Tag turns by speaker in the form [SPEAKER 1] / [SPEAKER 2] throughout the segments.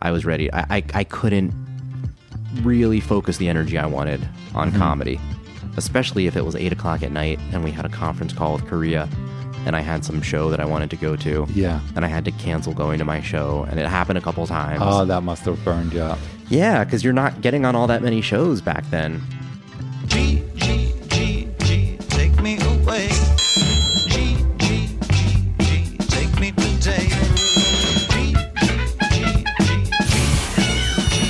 [SPEAKER 1] I was ready. I, I, I couldn't really focus the energy I wanted on
[SPEAKER 2] Mm-hmm.
[SPEAKER 1] comedy, especially if it was eight o'clock at night and we had a conference call with Korea and I had some show that I wanted to go to.
[SPEAKER 2] Yeah.
[SPEAKER 1] And I had to cancel going to my show, and it happened a couple times.
[SPEAKER 2] Oh, that must have burned you up.
[SPEAKER 1] yeah, because you're not getting on all that many shows back then.
[SPEAKER 3] G, G, G, G, take me away. G, G, G, G, take me today. G, G, G, G, G.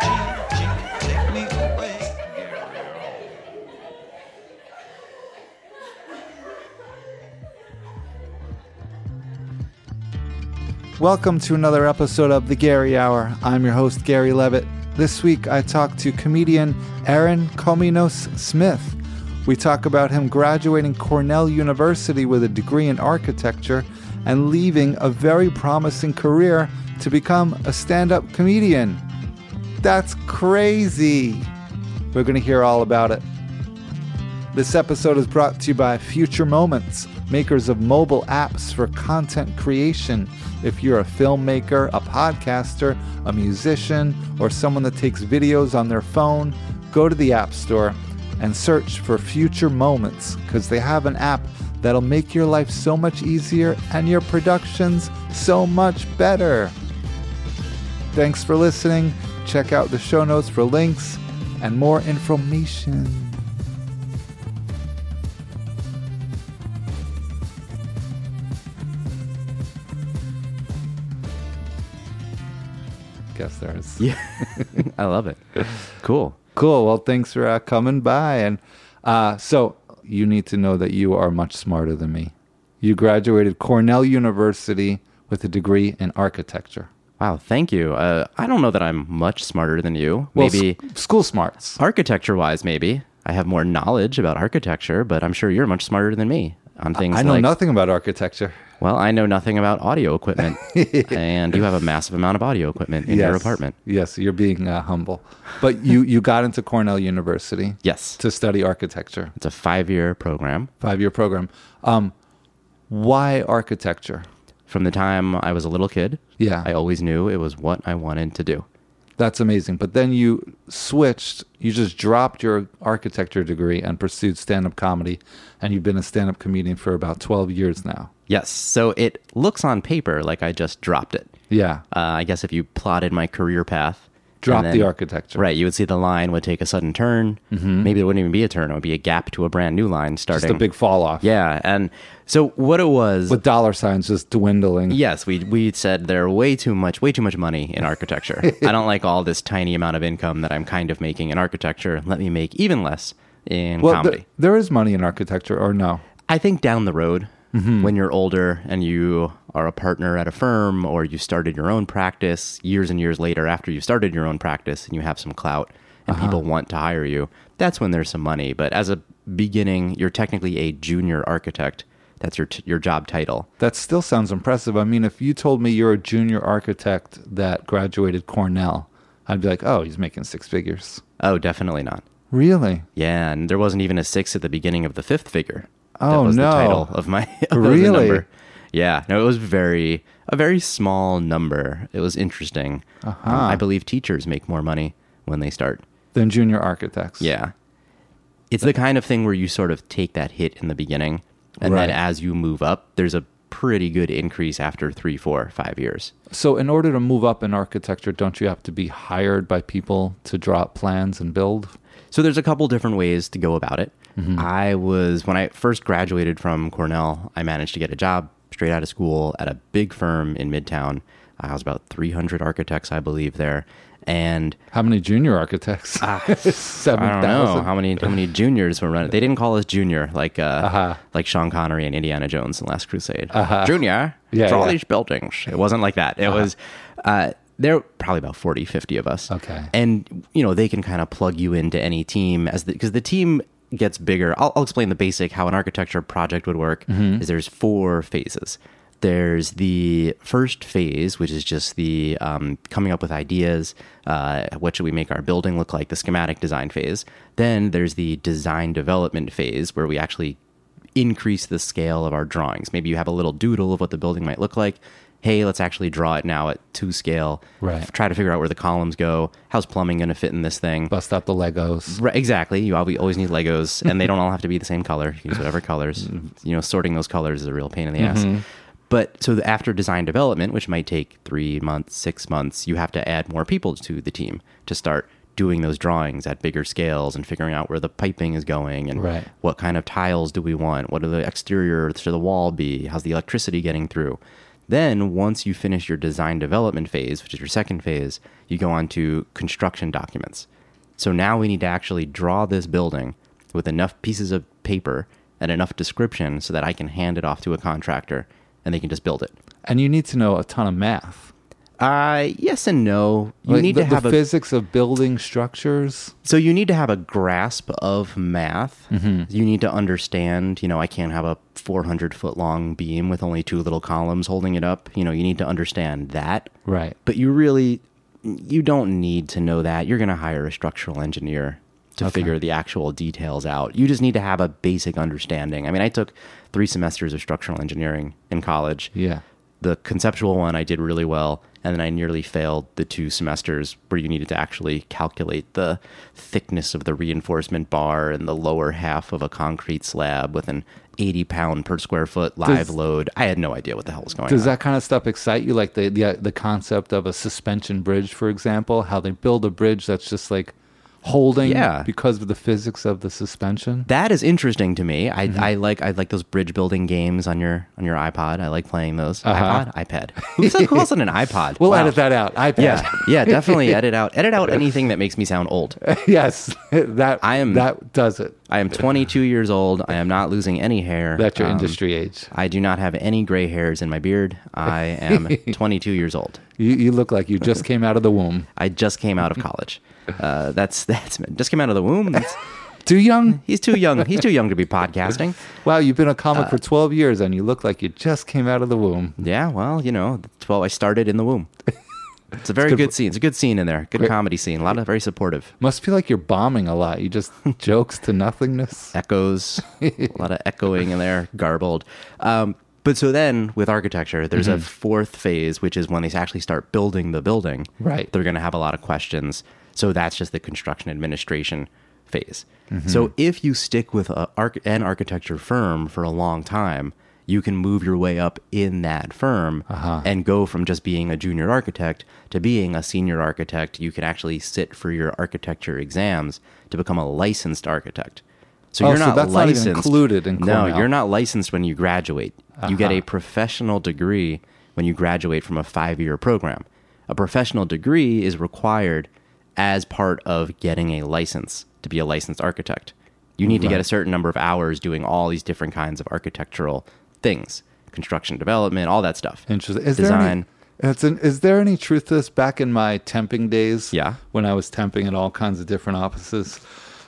[SPEAKER 3] Take me away.
[SPEAKER 2] Welcome to another episode of The Gary Hour. I'm your host, Gary Levitt. This week, I talk to comedian Aaron Cominos Smith. We talk about him graduating Cornell University with a degree in architecture and leaving a very promising career to become a stand up comedian. That's crazy! We're going to hear all about it. This episode is brought to you by Future Moments, makers of mobile apps for content creation. If you're a filmmaker, a podcaster, a musician, or someone that takes videos on their phone, go to the App Store and search for Future Moments because they have an app that'll make your life so much easier and your productions so much better. Thanks for listening. Check out the show notes for links and more information. guess there's
[SPEAKER 1] Yeah, I love it. Cool.
[SPEAKER 2] cool well thanks for uh, coming by and uh, so you need to know that you are much smarter than me you graduated cornell university with a degree in architecture
[SPEAKER 1] Wow, thank you. Uh, I don't know that I'm much smarter than you.
[SPEAKER 2] well,
[SPEAKER 1] maybe
[SPEAKER 2] s- school smarts
[SPEAKER 1] architecture wise, maybe I have more knowledge about architecture, but I'm sure you're much smarter than me on things.
[SPEAKER 2] i know
[SPEAKER 1] like,
[SPEAKER 2] nothing about architecture
[SPEAKER 1] Well, I know nothing about audio equipment, and you have a massive amount of audio equipment in your
[SPEAKER 2] Yes.
[SPEAKER 1] apartment.
[SPEAKER 2] yes you're being uh, humble but you you got into cornell university
[SPEAKER 1] Yes,
[SPEAKER 2] to study architecture
[SPEAKER 1] it's a five-year program.
[SPEAKER 2] five-year program um, why architecture
[SPEAKER 1] From the time I was a little kid,
[SPEAKER 2] Yeah.
[SPEAKER 1] I always knew it was what I wanted to do.
[SPEAKER 2] That's amazing. But then you switched, you just dropped your architecture degree and pursued stand up comedy. And you've been a stand up comedian for about 12 years now.
[SPEAKER 1] Yes, so it looks on paper like I just dropped it.
[SPEAKER 2] Yeah.
[SPEAKER 1] Uh, I guess if you plotted my career path,
[SPEAKER 2] Drop
[SPEAKER 1] and
[SPEAKER 2] the architecture. Mm-hmm.
[SPEAKER 1] Right, you would see the line would take a sudden turn. Maybe it wouldn't even be a turn; it would be a gap to a brand new line starting.
[SPEAKER 2] Just a big fall off.
[SPEAKER 1] yeah. And so what it was,
[SPEAKER 2] With dollar signs just dwindling.
[SPEAKER 1] yes, we we said there are way too much, way too much money in architecture. I don't like all this tiny amount of income that I'm kind of making in architecture. Let me make even less in
[SPEAKER 2] Well,
[SPEAKER 1] comedy.
[SPEAKER 2] th- there is money in architecture, or no?
[SPEAKER 1] I think down the road, when you're older and you are a partner at a firm or you started your own practice years and years later after you started your own practice and you have some clout and people want to hire you, that's when there's some money. But as a beginning, you're technically a junior architect. That's your, t- your job title.
[SPEAKER 2] That still sounds impressive. I mean, if you told me you're a junior architect that graduated Cornell, I'd be like, oh, he's making six figures.
[SPEAKER 1] Oh, definitely not.
[SPEAKER 2] Really?
[SPEAKER 1] Yeah, and there wasn't even a six at the beginning of the fifth figure.
[SPEAKER 2] Oh,
[SPEAKER 1] that was
[SPEAKER 2] no.
[SPEAKER 1] The title of my that was the
[SPEAKER 2] Really?
[SPEAKER 1] number. Yeah, no, it was very a very small number. It was interesting. Um,
[SPEAKER 2] Uh-huh.
[SPEAKER 1] I believe teachers make more money when they start.
[SPEAKER 2] Then junior architects.
[SPEAKER 1] Yeah, it's the kind of thing where you sort of take that hit in the beginning, and
[SPEAKER 2] Right.
[SPEAKER 1] then as you move up, there's a pretty good increase after three, four, five years.
[SPEAKER 2] So, in order to move up in architecture, don't you have to be hired by people to draw up plans and build?
[SPEAKER 1] So there's a couple different ways to go about it.
[SPEAKER 2] Mm-hmm.
[SPEAKER 1] I was when I first graduated from Cornell, I managed to get a job straight out of school at a big firm in Midtown. I was about 300 architects, I believe, there, and
[SPEAKER 2] How many junior architects? Seven
[SPEAKER 1] I Ah, don't know how many how many juniors were running. They didn't call us junior like uh,
[SPEAKER 2] Uh-huh.
[SPEAKER 1] like Sean Connery and Indiana Jones and Last Crusade. Junior,
[SPEAKER 2] Yeah,
[SPEAKER 1] for all
[SPEAKER 2] yeah. Uh-huh.
[SPEAKER 1] these buildings. It wasn't like that. It was uh, there were probably about 40, 50 of us.
[SPEAKER 2] Okay.
[SPEAKER 1] and you know they can kind of plug you into any team as because the, team gets bigger. I'll, I'll explain the basic how an architecture project would work. Is there's four phases. There's the first phase, which is just the um, coming up with ideas. Uh, what should we make our building look like? The schematic design phase. Then there's the design development phase, where we actually increase the scale of our drawings. Maybe you have a little doodle of what the building might look like. Hey, let's actually draw it now at two scale.
[SPEAKER 4] Right.
[SPEAKER 1] Try to figure out where the columns go. How's plumbing going to fit in this thing?
[SPEAKER 4] Bust out the Legos.
[SPEAKER 1] Right, exactly. You always always need Legos, and they don't all have to be the same color. You can use whatever colors. You know, sorting those colors is a real pain in the ass. But so the- after design development, which might take three months, six months, you have to add more people to the team to start doing those drawings at bigger scales and figuring out where the piping is going and
[SPEAKER 4] Right.
[SPEAKER 1] what kind of tiles do we want? What are the exterior should the wall be? How's the electricity getting through? Then once you finish your design development phase, which is your second phase, you go on to construction documents. So now we need to actually draw this building with enough pieces of paper and enough description so that I can hand it off to a contractor and they can just build it.
[SPEAKER 2] And you need to know a ton of math.
[SPEAKER 1] Uh, yes and no. You
[SPEAKER 2] Like,
[SPEAKER 1] need
[SPEAKER 2] the,
[SPEAKER 1] to have
[SPEAKER 2] the
[SPEAKER 1] a
[SPEAKER 2] physics of building structures.
[SPEAKER 1] So you need to have a grasp of math. You need to understand, you know, I can't have a 400 foot long beam with only two little columns holding it up. You know, you need to understand that.
[SPEAKER 4] Right.
[SPEAKER 1] But you really you don't need to know that. You're going to hire a structural engineer to figure the actual details out. You just need to have a basic understanding. I mean, I took 3 semesters of structural engineering in college
[SPEAKER 4] Yeah.
[SPEAKER 1] the conceptual one I did really well, and then I nearly failed the two semesters where you needed to actually calculate the thickness of the reinforcement bar in the lower half of a concrete slab with an 80 pound per square foot live
[SPEAKER 4] Does-
[SPEAKER 1] load. I had no idea what the hell was going
[SPEAKER 2] Does
[SPEAKER 1] on.
[SPEAKER 2] that kind of stuff excite you? Like the, the the concept of a suspension bridge, for example, how they build a bridge that's just like holding
[SPEAKER 1] Yeah.
[SPEAKER 2] because of the physics of the suspension.
[SPEAKER 1] that is interesting to me. I,
[SPEAKER 2] Mm-hmm.
[SPEAKER 1] I like I like those bridge building games on your on your iPod. I like playing those. iPod, iPad. Who said- who else on an iPod?
[SPEAKER 2] Uh-huh. We'll
[SPEAKER 1] Wow.
[SPEAKER 2] edit that out. iPad.
[SPEAKER 1] Yeah, yeah, definitely edit out edit out anything that makes me sound old.
[SPEAKER 2] yes. That
[SPEAKER 1] I am-
[SPEAKER 2] that does it.
[SPEAKER 1] I am 22 years old. I am not losing any hair.
[SPEAKER 2] That's your
[SPEAKER 1] Um,
[SPEAKER 2] industry age.
[SPEAKER 1] I do not have any gray hairs in my beard. I am 22 years old.
[SPEAKER 2] You you look like you just came out of the womb.
[SPEAKER 1] I just came out of college. Uh, that's that's just came out of the womb. That's,
[SPEAKER 2] Too young?
[SPEAKER 1] he's too young. He's too young to be podcasting.
[SPEAKER 2] Wow, you've been a comic for twelve years and you look like you just came out of the womb.
[SPEAKER 1] Yeah, well, you know, 12. I started in the womb. It's a very good, scene. It's a good scene in there. Good comedy scene. A lot of very supportive
[SPEAKER 2] Must feel like you're bombing a lot. You just jokes to nothingness.
[SPEAKER 1] echoes. a lot of echoing in there, garbled. Um, but so then with architecture, there's a fourth phase, which is when they actually start building the building.
[SPEAKER 2] Right.
[SPEAKER 1] they're going to have a lot of questions. So that's just the construction administration phase. So if you stick with a, arch- an architecture firm for a long time, you can move your way up in that firm and go from just being a junior architect to being a senior architect. You can actually sit for your architecture exams to become a licensed architect. So
[SPEAKER 2] Oh,
[SPEAKER 1] you're
[SPEAKER 2] so
[SPEAKER 1] not
[SPEAKER 2] that's not even
[SPEAKER 1] licensed.
[SPEAKER 2] included in
[SPEAKER 1] no,
[SPEAKER 2] Cornell. Uh-huh.
[SPEAKER 1] you're not licensed when you graduate. You get a professional degree when you graduate from a five year program. A professional degree is required as part of getting a license to be a licensed architect. You need to get a certain number of hours doing all these different kinds of architectural things construction, development, all that stuff.
[SPEAKER 2] Interesting. Is
[SPEAKER 1] Design.
[SPEAKER 2] There any, it's an, is there any truth to this? Back in my temping days,
[SPEAKER 1] Yeah.
[SPEAKER 2] when I was temping at all kinds of different offices,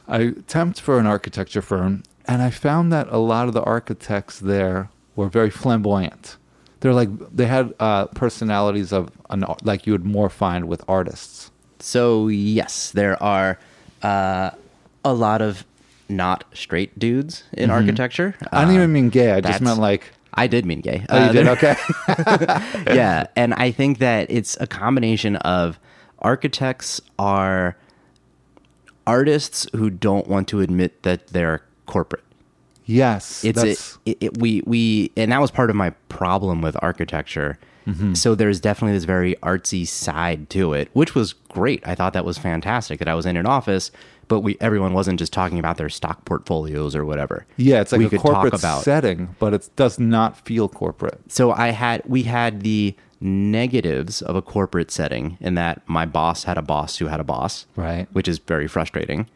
[SPEAKER 2] I temped for an architecture firm, and I found that a lot of the architects there were very flamboyant. They're like they had uh, personalities of an, ar- like you would more find with artists.
[SPEAKER 1] So yes, there are uh, a lot of not straight dudes in architecture.
[SPEAKER 2] Mm-hmm. I
[SPEAKER 1] Uh,
[SPEAKER 2] didn't even mean gay. I just
[SPEAKER 1] that's-
[SPEAKER 2] meant like
[SPEAKER 1] I did mean gay.
[SPEAKER 2] oh, you
[SPEAKER 1] Uh,
[SPEAKER 2] did okay.
[SPEAKER 1] yeah, and I think that it's a combination of architects are artists who don't want to admit that they're corporate.
[SPEAKER 2] yes,
[SPEAKER 1] It's
[SPEAKER 2] that's-
[SPEAKER 1] it, it, we we and that was part of my problem with architecture.
[SPEAKER 2] Mm-hmm.
[SPEAKER 1] So there's definitely this very artsy side to it, which was great. I thought that was fantastic that I was in an office, but we everyone wasn't just talking about their stock portfolios or whatever.
[SPEAKER 2] yeah, it's like
[SPEAKER 1] we
[SPEAKER 2] a
[SPEAKER 1] could
[SPEAKER 2] corporate
[SPEAKER 1] talk about
[SPEAKER 2] setting, but it does not feel corporate.
[SPEAKER 1] so I had we had the negatives of a corporate setting in that my boss had a boss who had a boss,
[SPEAKER 2] Right. Mm-hmm.
[SPEAKER 1] Which is very frustrating,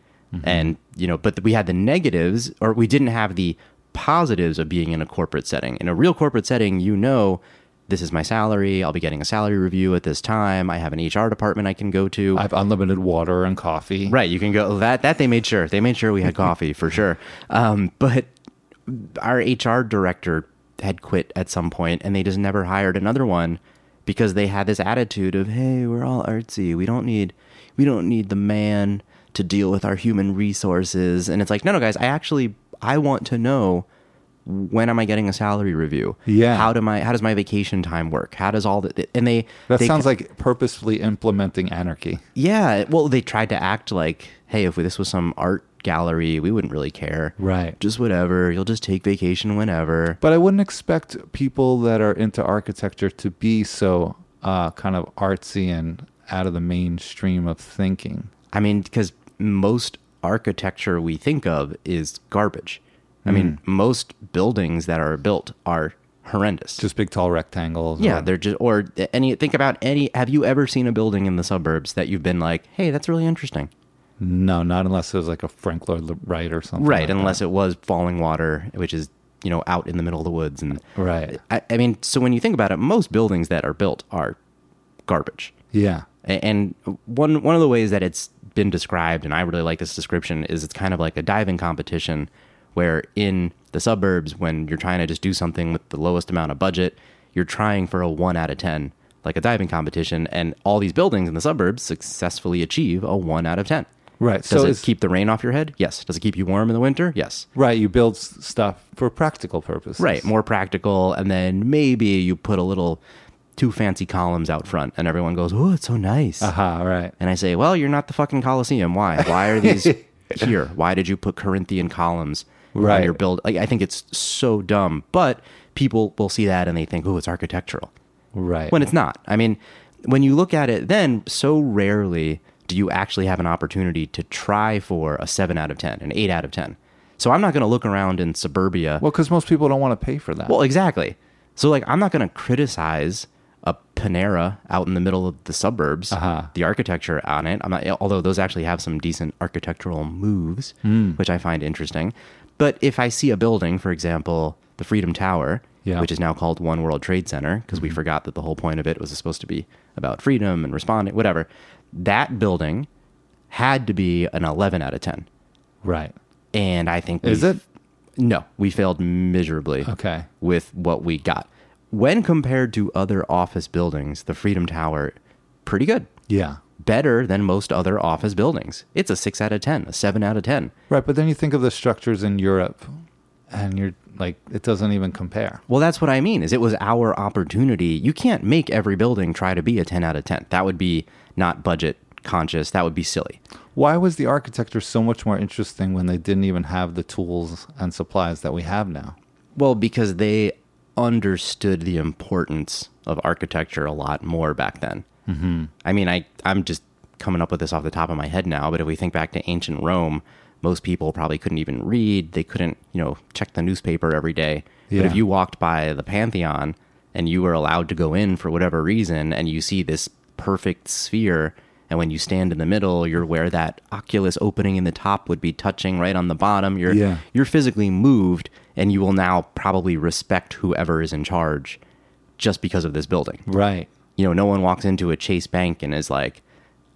[SPEAKER 1] and you know, but we had the negatives, or we didn't have the positives of being in a corporate setting. In a real corporate setting, you know, this is my salary. I'll be getting a salary review at this time. I have an HR department I can go to.
[SPEAKER 2] I have unlimited water and coffee.
[SPEAKER 1] Right, you can go that that they made sure. They made sure we had coffee for sure. Um, but our HR director had quit at some point and they just never hired another one because they had this attitude of hey we're all artsy we don't need we don't need the man to deal with our human resources and it's like no no guys i actually i want to know when am i getting a salary review
[SPEAKER 2] Yeah.
[SPEAKER 1] how do my how does my vacation time work how does all the and they
[SPEAKER 2] That
[SPEAKER 1] they,
[SPEAKER 2] sounds like purposefully implementing anarchy.
[SPEAKER 1] yeah, well, they tried to act like, hey, if this was some art gallery, we wouldn't really care.
[SPEAKER 2] Right.
[SPEAKER 1] Just whatever. You'll just take vacation whenever.
[SPEAKER 2] But I wouldn't expect people that are into architecture to be so uh, kind of artsy and out of the mainstream of thinking.
[SPEAKER 1] I mean, because most architecture we think of is garbage. I mean,
[SPEAKER 2] Mm.
[SPEAKER 1] most buildings that are built are horrendous.
[SPEAKER 2] Just big tall rectangles.
[SPEAKER 1] yeah,
[SPEAKER 2] or-
[SPEAKER 1] they're just or any. Think about any. Have you ever seen a building in the suburbs that you've been like, hey, that's really interesting?
[SPEAKER 2] no, not unless it was like a Frank Lloyd Wright or something.
[SPEAKER 1] Right,
[SPEAKER 2] like
[SPEAKER 1] unless
[SPEAKER 2] that.
[SPEAKER 1] it was falling water, which is you know out in the middle of the woods and
[SPEAKER 2] Right.
[SPEAKER 1] I, I mean, so when you think about it, most buildings that are built are garbage.
[SPEAKER 2] Yeah.
[SPEAKER 1] A- And one one of the ways that it's been described, and I really like this description, is it's kind of like a diving competition where in the suburbs, when you're trying to just do something with the lowest amount of budget, you're trying for a one out of ten, like a diving competition, and all these buildings in the suburbs successfully achieve a one out of ten.
[SPEAKER 2] Right.
[SPEAKER 1] Does
[SPEAKER 2] so
[SPEAKER 1] it
[SPEAKER 2] it's
[SPEAKER 1] keep the rain off your head? Yes. Does it keep you warm in the winter? Yes.
[SPEAKER 2] right. You build s- stuff for practical purposes.
[SPEAKER 1] Right, more practical, and then maybe you put a little two fancy columns out front, and everyone goes, "Oh, it's so nice."
[SPEAKER 2] Aha. Right.
[SPEAKER 1] And I say, "Well, you're not the fucking Colosseum. Why? Why are these here? Why did you put Corinthian columns
[SPEAKER 2] Right.
[SPEAKER 1] on your build?" Like, I think it's so dumb, but people will see that and they think, "Oh, it's architectural,"
[SPEAKER 2] Right.
[SPEAKER 1] when it's not. I mean, when you look at it, then so rarely do you actually have an opportunity to try for a seven out of ten, an eight out of ten. So I'm not going to look around in suburbia.
[SPEAKER 2] well, because most people don't want to pay for that.
[SPEAKER 1] Well, exactly. So like I'm not going to criticize a Panera out in the middle of the suburbs,
[SPEAKER 2] Uh-huh.
[SPEAKER 1] the architecture on it. I'm not although those actually have some decent architectural moves,
[SPEAKER 2] Hmm.
[SPEAKER 1] which I find interesting. But if I see a building, for example, the Freedom Tower,
[SPEAKER 2] Yeah. Mm-hmm.
[SPEAKER 1] which is now called One World Trade Center because we forgot that the whole point of it was supposed to be about freedom and responding, whatever. That building had to be an 11 out of 10.
[SPEAKER 2] right.
[SPEAKER 1] And I think
[SPEAKER 2] Is
[SPEAKER 1] we've-
[SPEAKER 2] it?
[SPEAKER 1] No, we failed miserably
[SPEAKER 2] Okay.
[SPEAKER 1] with what we got. When compared to other office buildings, the Freedom Tower, pretty good.
[SPEAKER 2] Yeah.
[SPEAKER 1] Better than most other office buildings. It's a six out of 10, a seven out of 10.
[SPEAKER 2] Right, but then you think of the structures in Europe, and you're like, it doesn't even compare.
[SPEAKER 1] Well, that's what I mean is it was our opportunity. You can't make every building try to be a 10 out of 10. That would be not budget conscious. That would be silly.
[SPEAKER 2] Why was the architecture so much more interesting when they didn't even have the tools and supplies that we have now?
[SPEAKER 1] Well, because they understood the importance of architecture a lot more back then. Mm-hmm. I mean, I I'm just coming up with this off the top of my head now, but if we think back to ancient Rome, most people probably couldn't even read. They couldn't, you know, check the newspaper every day. But
[SPEAKER 2] Yeah.
[SPEAKER 1] if you walked by the Pantheon and you were allowed to go in for whatever reason, and you see this perfect sphere. And when you stand in the middle, you're where that oculus opening in the top would be touching right on the bottom. You're
[SPEAKER 2] Yeah.
[SPEAKER 1] you're physically moved and you will now probably respect whoever is in charge just because of this building.
[SPEAKER 2] Right.
[SPEAKER 1] You know, no one walks into a Chase bank and is like,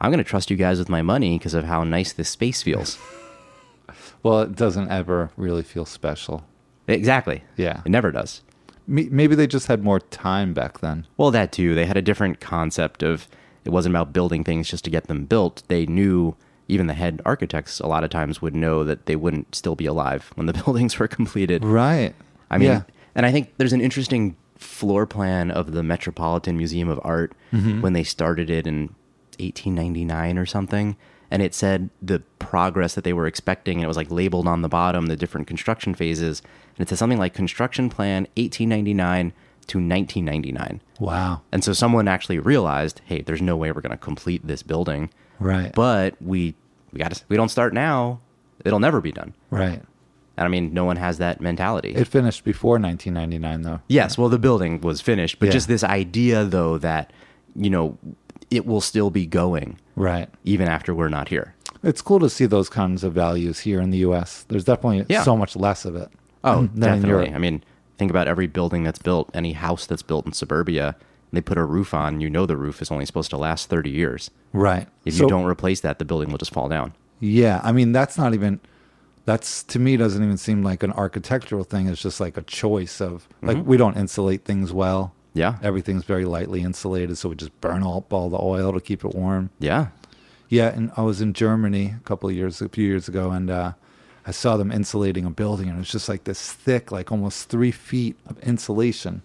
[SPEAKER 1] I'm going to trust you guys with my money because of how nice this space feels.
[SPEAKER 2] Well, it doesn't ever really feel special.
[SPEAKER 1] exactly.
[SPEAKER 2] Yeah.
[SPEAKER 1] It never does.
[SPEAKER 2] Me- Maybe they just had more time back then.
[SPEAKER 1] Well, that too. They had a different concept of it wasn't about building things just to get them built. They knew even the head architects a lot of times would know that they wouldn't still be alive when the buildings were completed.
[SPEAKER 2] Right.
[SPEAKER 1] I mean,
[SPEAKER 2] yeah.
[SPEAKER 1] and I think there's an interesting floor plan of the Metropolitan Museum of Art when they started it in 1899 or something. And it said the progress that they were expecting, and it was like labeled on the bottom the different construction phases. And it says something like construction plan 1899 to 1999.
[SPEAKER 2] Wow.
[SPEAKER 1] And so someone actually realized, hey, there's no way we're going to complete this building,
[SPEAKER 2] Right.
[SPEAKER 1] but we we got to we don't start now, it'll never be done.
[SPEAKER 2] right.
[SPEAKER 1] And I mean, no one has that mentality.
[SPEAKER 2] It finished before 1999, though.
[SPEAKER 1] Yes, well, the building was finished, but
[SPEAKER 2] Yeah.
[SPEAKER 1] just this idea, though, that you know, it will still be going
[SPEAKER 2] Right.
[SPEAKER 1] even after we're not here.
[SPEAKER 2] It's cool to see those kinds of values here in the U.S. There's definitely
[SPEAKER 1] Yeah.
[SPEAKER 2] so much less of it.
[SPEAKER 1] Oh,
[SPEAKER 2] than in Europe.
[SPEAKER 1] definitely. I mean, think about every building that's built, any house that's built in suburbia. They put a roof on. You know, the roof is only supposed to last thirty years.
[SPEAKER 2] Right.
[SPEAKER 1] If
[SPEAKER 2] So-
[SPEAKER 1] you don't replace that, the building will just fall down.
[SPEAKER 2] Yeah, I mean that's not even that's to me doesn't even seem like an architectural thing. It's just like a choice of like
[SPEAKER 1] Mm-hmm.
[SPEAKER 2] we don't insulate things well.
[SPEAKER 1] Yeah.
[SPEAKER 2] Everything's very lightly insulated, so we just burn all, all the oil to keep it warm.
[SPEAKER 1] Yeah.
[SPEAKER 2] Yeah, and I was in Germany a couple of years, a few years ago, and uh, I saw them insulating a building, and it was just like this thick, like almost three feet of insulation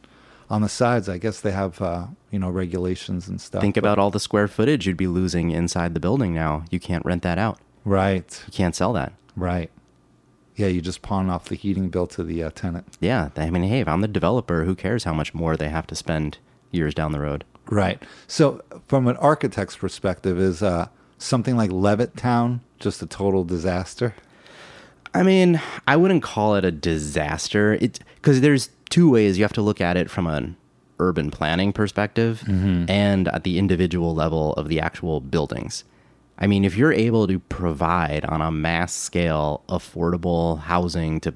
[SPEAKER 2] on the sides. I guess they have, uh, you know, regulations and stuff.
[SPEAKER 1] Think about all the square footage you'd be losing inside the building now. You can't rent that out.
[SPEAKER 2] right,
[SPEAKER 1] You can't sell that.
[SPEAKER 2] right. Yeah, you just pawn off the heating bill to the uh, tenant.
[SPEAKER 1] Yeah. I mean, hey, if I'm the developer, who cares how much more they have to spend years down the road?
[SPEAKER 2] Right. So, from an architect's perspective, is uh, something like Levittown just a total disaster?
[SPEAKER 1] I mean, I wouldn't call it a disaster. It because there's two ways you have to look at it from an urban planning perspective and at the individual level of the actual buildings. I mean, if you're able to provide on a mass scale affordable housing to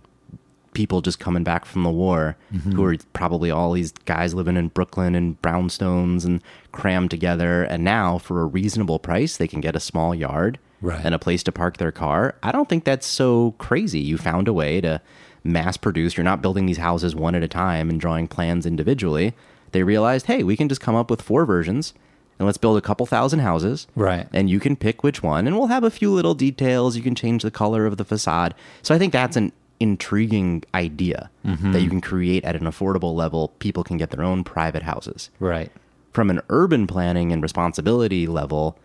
[SPEAKER 1] people just coming back from the war, who are probably all these guys living in Brooklyn and brownstones and crammed together, and now for a reasonable price they can get a small yard
[SPEAKER 2] Right.
[SPEAKER 1] and a place to park their car. I don't think that's so crazy. You found a way to mass produce. You're not building these houses one at a time and drawing plans individually. They realized, hey, we can just come up with four versions and let's build a couple thousand houses.
[SPEAKER 2] Right.
[SPEAKER 1] And you can pick which one. And we'll have a few little details. You can change the color of the facade. So I think that's an intriguing idea
[SPEAKER 2] Mm-hmm.
[SPEAKER 1] that you can create at an affordable level. People can get their own private houses
[SPEAKER 2] Right.
[SPEAKER 1] from an urban planning and responsibility level,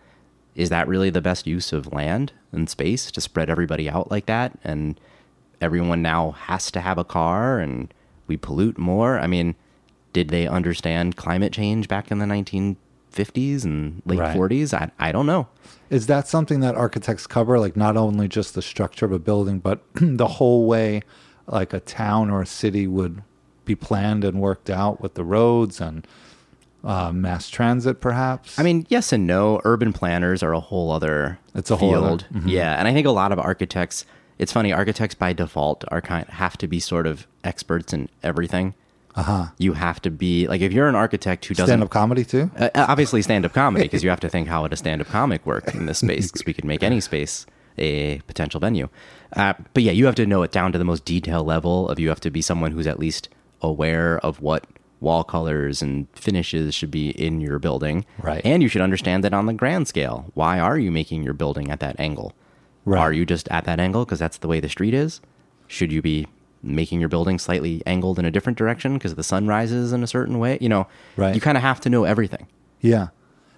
[SPEAKER 1] is that really the best use of land and space to spread everybody out like that? And everyone now has to have a car and we pollute more. I mean, did they understand climate change back in the 1950s and late
[SPEAKER 2] Right.
[SPEAKER 1] 40s? I, I don't know.
[SPEAKER 2] Is that something that architects cover? Like not only just the structure of a building, but the whole way like a town or a city would be planned and worked out with the roads and uh, mass transit, perhaps?
[SPEAKER 1] I mean, yes and no. Urban planners are a whole other
[SPEAKER 2] It's a whole
[SPEAKER 1] field.
[SPEAKER 2] other- Mm-hmm.
[SPEAKER 1] Yeah, and I think a lot of architects. It's funny, architects by default are kind have to be sort of experts in everything. Uh huh. You have to be like if you're an architect who doesn't
[SPEAKER 2] Uh-huh. stand up comedy too?
[SPEAKER 1] uh, obviously stand-up comedy because you have to think how would a stand-up comic work in this space because we could make any space a potential venue uh, but yeah you have to know it down to the most detailed level of you have to be someone who's at least aware of what wall colors and finishes should be in your building
[SPEAKER 2] Right.
[SPEAKER 1] and you should understand that on the grand scale why are you making your building at that angle
[SPEAKER 2] Right.
[SPEAKER 1] are you just at that angle because that's the way the street is should you be making your building slightly angled in a different direction because the sun rises in a certain way you know
[SPEAKER 2] Right.
[SPEAKER 1] you kind of have to know everything
[SPEAKER 2] Yeah.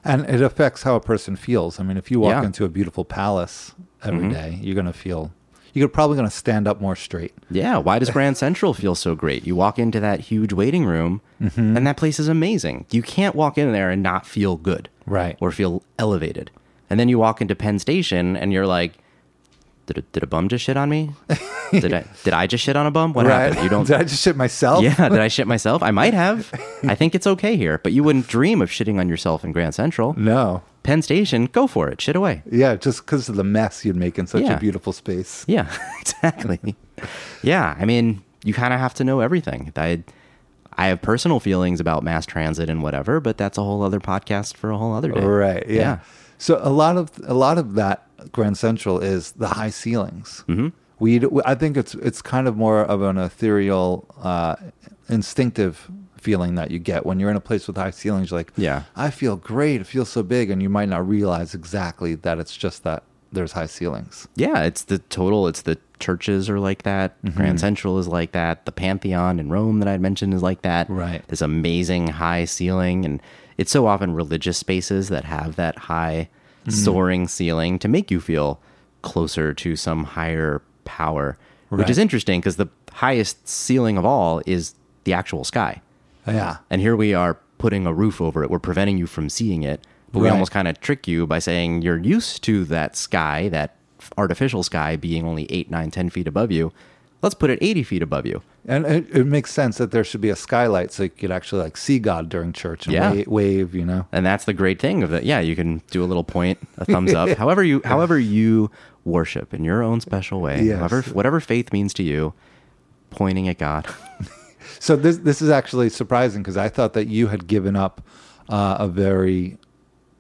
[SPEAKER 2] And it affects how a person feels. I mean, if you walk
[SPEAKER 1] Yeah. Mm-hmm.
[SPEAKER 2] into a beautiful palace every day, you're going to feel, you're probably going to stand up more straight.
[SPEAKER 1] Yeah, why does Grand Central feel so great? You walk into that huge waiting room, and that place is amazing. You can't walk in there and not feel good,
[SPEAKER 2] Right.
[SPEAKER 1] Or feel elevated. And then you walk into Penn Station, and you're like, "Did a, did a bum just shit on me? did I did I just shit on a bum? What happened? You don't."
[SPEAKER 2] Did I just shit myself?
[SPEAKER 1] yeah, did I shit myself? I might have. I think it's okay here, but you wouldn't dream of shitting on yourself in Grand Central.
[SPEAKER 2] No.
[SPEAKER 1] Penn Station, go for it. Shit away.
[SPEAKER 2] Yeah, just because of the mess you'd make in such
[SPEAKER 1] Yeah.
[SPEAKER 2] a beautiful space.
[SPEAKER 1] Yeah, exactly. yeah, I mean, you kind of have to know everything. I I have personal feelings about mass transit and whatever, but that's a whole other podcast for a whole other day.
[SPEAKER 2] Right. Yeah. So a lot of a lot of that Grand Central is the high ceilings. Mm-hmm. We I think it's it's kind of more of an ethereal, uh, instinctive feeling that you get when you're in a place with high ceilings. You're like,
[SPEAKER 1] Yeah.
[SPEAKER 2] I feel great. It feels so big, and you might not realize exactly that it's just that there's high ceilings.
[SPEAKER 1] Yeah, it's the total. It's the churches are like that.
[SPEAKER 2] Mm-hmm.
[SPEAKER 1] Grand Central is like that. The Pantheon in Rome that I mentioned is like that.
[SPEAKER 2] Right.
[SPEAKER 1] This amazing high ceiling, and it's so often religious spaces that have that high
[SPEAKER 2] Mm-hmm.
[SPEAKER 1] soaring ceiling to make you feel closer to some higher power, which is
[SPEAKER 2] Right.
[SPEAKER 1] interesting because the highest ceiling of all is the actual sky.
[SPEAKER 2] Yeah.
[SPEAKER 1] And here we are putting a roof over it. We're preventing you from seeing it. But we
[SPEAKER 2] Right.
[SPEAKER 1] almost kind of trick you by saying you're used to that sky, that artificial sky being only eight, nine, ten feet above you. Let's put it 80 feet above you.
[SPEAKER 2] And it, it makes sense that there should be a skylight so you could actually like see God during church and
[SPEAKER 1] Yeah.
[SPEAKER 2] wa- wave, you know.
[SPEAKER 1] And that's the great thing of it. Yeah, you can do a little point, a thumbs up. However you however you worship in your own special way.
[SPEAKER 2] Yes.
[SPEAKER 1] However whatever faith means to you, pointing at God.
[SPEAKER 2] So this this is actually surprising because I thought that you had given up uh,
[SPEAKER 1] Uh-huh.
[SPEAKER 2] a very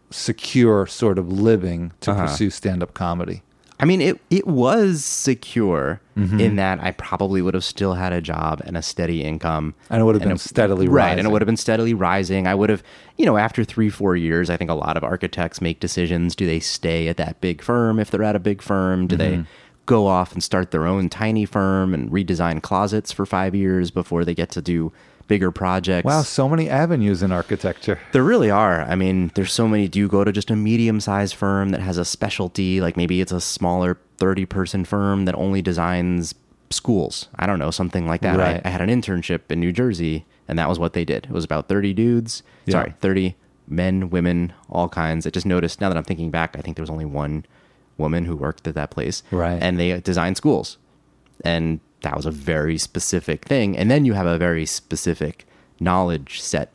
[SPEAKER 2] secure sort of living to pursue stand up comedy.
[SPEAKER 1] I mean, it it was secure
[SPEAKER 2] Mm-hmm.
[SPEAKER 1] in that I probably would have still had a job and a steady income,
[SPEAKER 2] And it would have been steadily
[SPEAKER 1] right, and
[SPEAKER 2] rising.
[SPEAKER 1] it would have been steadily rising. I would have, you know, after three four years, I think a lot of architects make decisions: do they stay at that big firm if they're at a big firm? Do
[SPEAKER 2] Mm-hmm.
[SPEAKER 1] they go off and start their own tiny firm and redesign closets for five years before they get to do bigger projects?
[SPEAKER 2] Wow, so many avenues in architecture.
[SPEAKER 1] There really are. I mean, there's so many. Do you go to just a medium sized firm that has a specialty? Like maybe it's a smaller 30 person firm that only designs schools. I don't know, something like that.
[SPEAKER 2] Right.
[SPEAKER 1] I, I had an internship in New Jersey, and that was what they did. It was about 30 dudes.
[SPEAKER 2] Yeah.
[SPEAKER 1] Sorry, 30 men, women, all kinds. I just noticed now that I'm thinking back, I think there was only one woman who worked at that place.
[SPEAKER 2] Right.
[SPEAKER 1] And they designed schools and that was a very specific thing and then you have a very specific knowledge set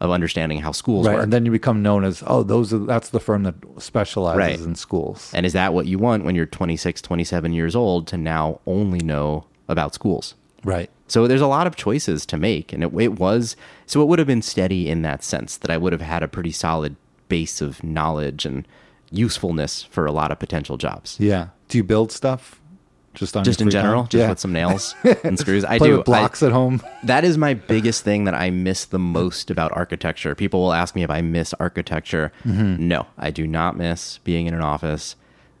[SPEAKER 1] of understanding how schools
[SPEAKER 2] Right.
[SPEAKER 1] work
[SPEAKER 2] And then you become known as, oh, those are that's the firm that specializes
[SPEAKER 1] Right.
[SPEAKER 2] in schools.
[SPEAKER 1] and is that what you want when you're 26 27 years old to now only know about schools
[SPEAKER 2] Right.
[SPEAKER 1] so there's a lot of choices to make and it, it was so it would have been steady in that sense that i would have had a pretty solid base of knowledge and usefulness for a lot of potential jobs
[SPEAKER 2] Yeah. Do you build stuff? Just on
[SPEAKER 1] just
[SPEAKER 2] your
[SPEAKER 1] in
[SPEAKER 2] free time?
[SPEAKER 1] general just
[SPEAKER 2] yeah.
[SPEAKER 1] with some nails and screws i
[SPEAKER 2] Play
[SPEAKER 1] do
[SPEAKER 2] with
[SPEAKER 1] I-
[SPEAKER 2] blocks at home.
[SPEAKER 1] That is my biggest thing that I miss the most about architecture. People will ask me if I miss architecture.
[SPEAKER 2] Mm-hmm.
[SPEAKER 1] No, I do not miss being in an office.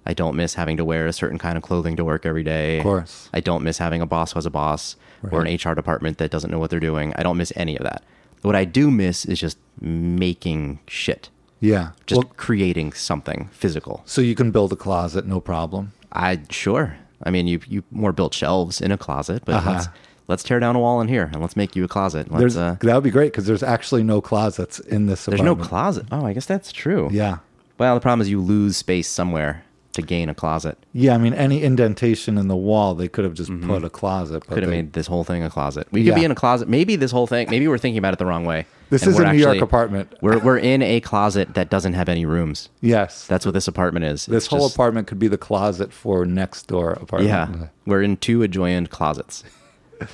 [SPEAKER 1] I don't miss having to wear a certain kind of clothing to work every day. Of
[SPEAKER 2] course.
[SPEAKER 1] I don't miss having a boss who has a boss or an HR department that doesn't know what they're doing. I don't miss any of that. What I do miss is just making shit,
[SPEAKER 2] Yeah.
[SPEAKER 1] just
[SPEAKER 2] well,
[SPEAKER 1] creating something physical.
[SPEAKER 2] so you can build a closet, no problem.
[SPEAKER 1] I sure. I mean, you you more built shelves in a closet, but let's let's tear down a wall in here and let's make you a closet. Let's,
[SPEAKER 2] Uh-huh. There's
[SPEAKER 1] uh,
[SPEAKER 2] that would be great because there's actually no closets in this
[SPEAKER 1] There's no
[SPEAKER 2] apartment.
[SPEAKER 1] closet. Oh, I guess that's true.
[SPEAKER 2] Yeah.
[SPEAKER 1] Well, the problem is you lose space somewhere to gain a closet.
[SPEAKER 2] Yeah, I mean any indentation in the wall, they could have just put a closet. But
[SPEAKER 1] Could have
[SPEAKER 2] they-
[SPEAKER 1] Mm-hmm. made this whole thing a closet. We could
[SPEAKER 2] Yeah.
[SPEAKER 1] be in a closet. Maybe this whole thing. Maybe we're thinking about it the wrong way.
[SPEAKER 2] This
[SPEAKER 1] And
[SPEAKER 2] is
[SPEAKER 1] we're
[SPEAKER 2] a New York apartment.
[SPEAKER 1] We're we're in a closet that doesn't have any rooms.
[SPEAKER 2] Yes,
[SPEAKER 1] That's what this apartment is.
[SPEAKER 2] this
[SPEAKER 1] It's
[SPEAKER 2] whole
[SPEAKER 1] just-
[SPEAKER 2] apartment could be the closet for next door apartment.
[SPEAKER 1] Yeah, we're in two adjoined closets.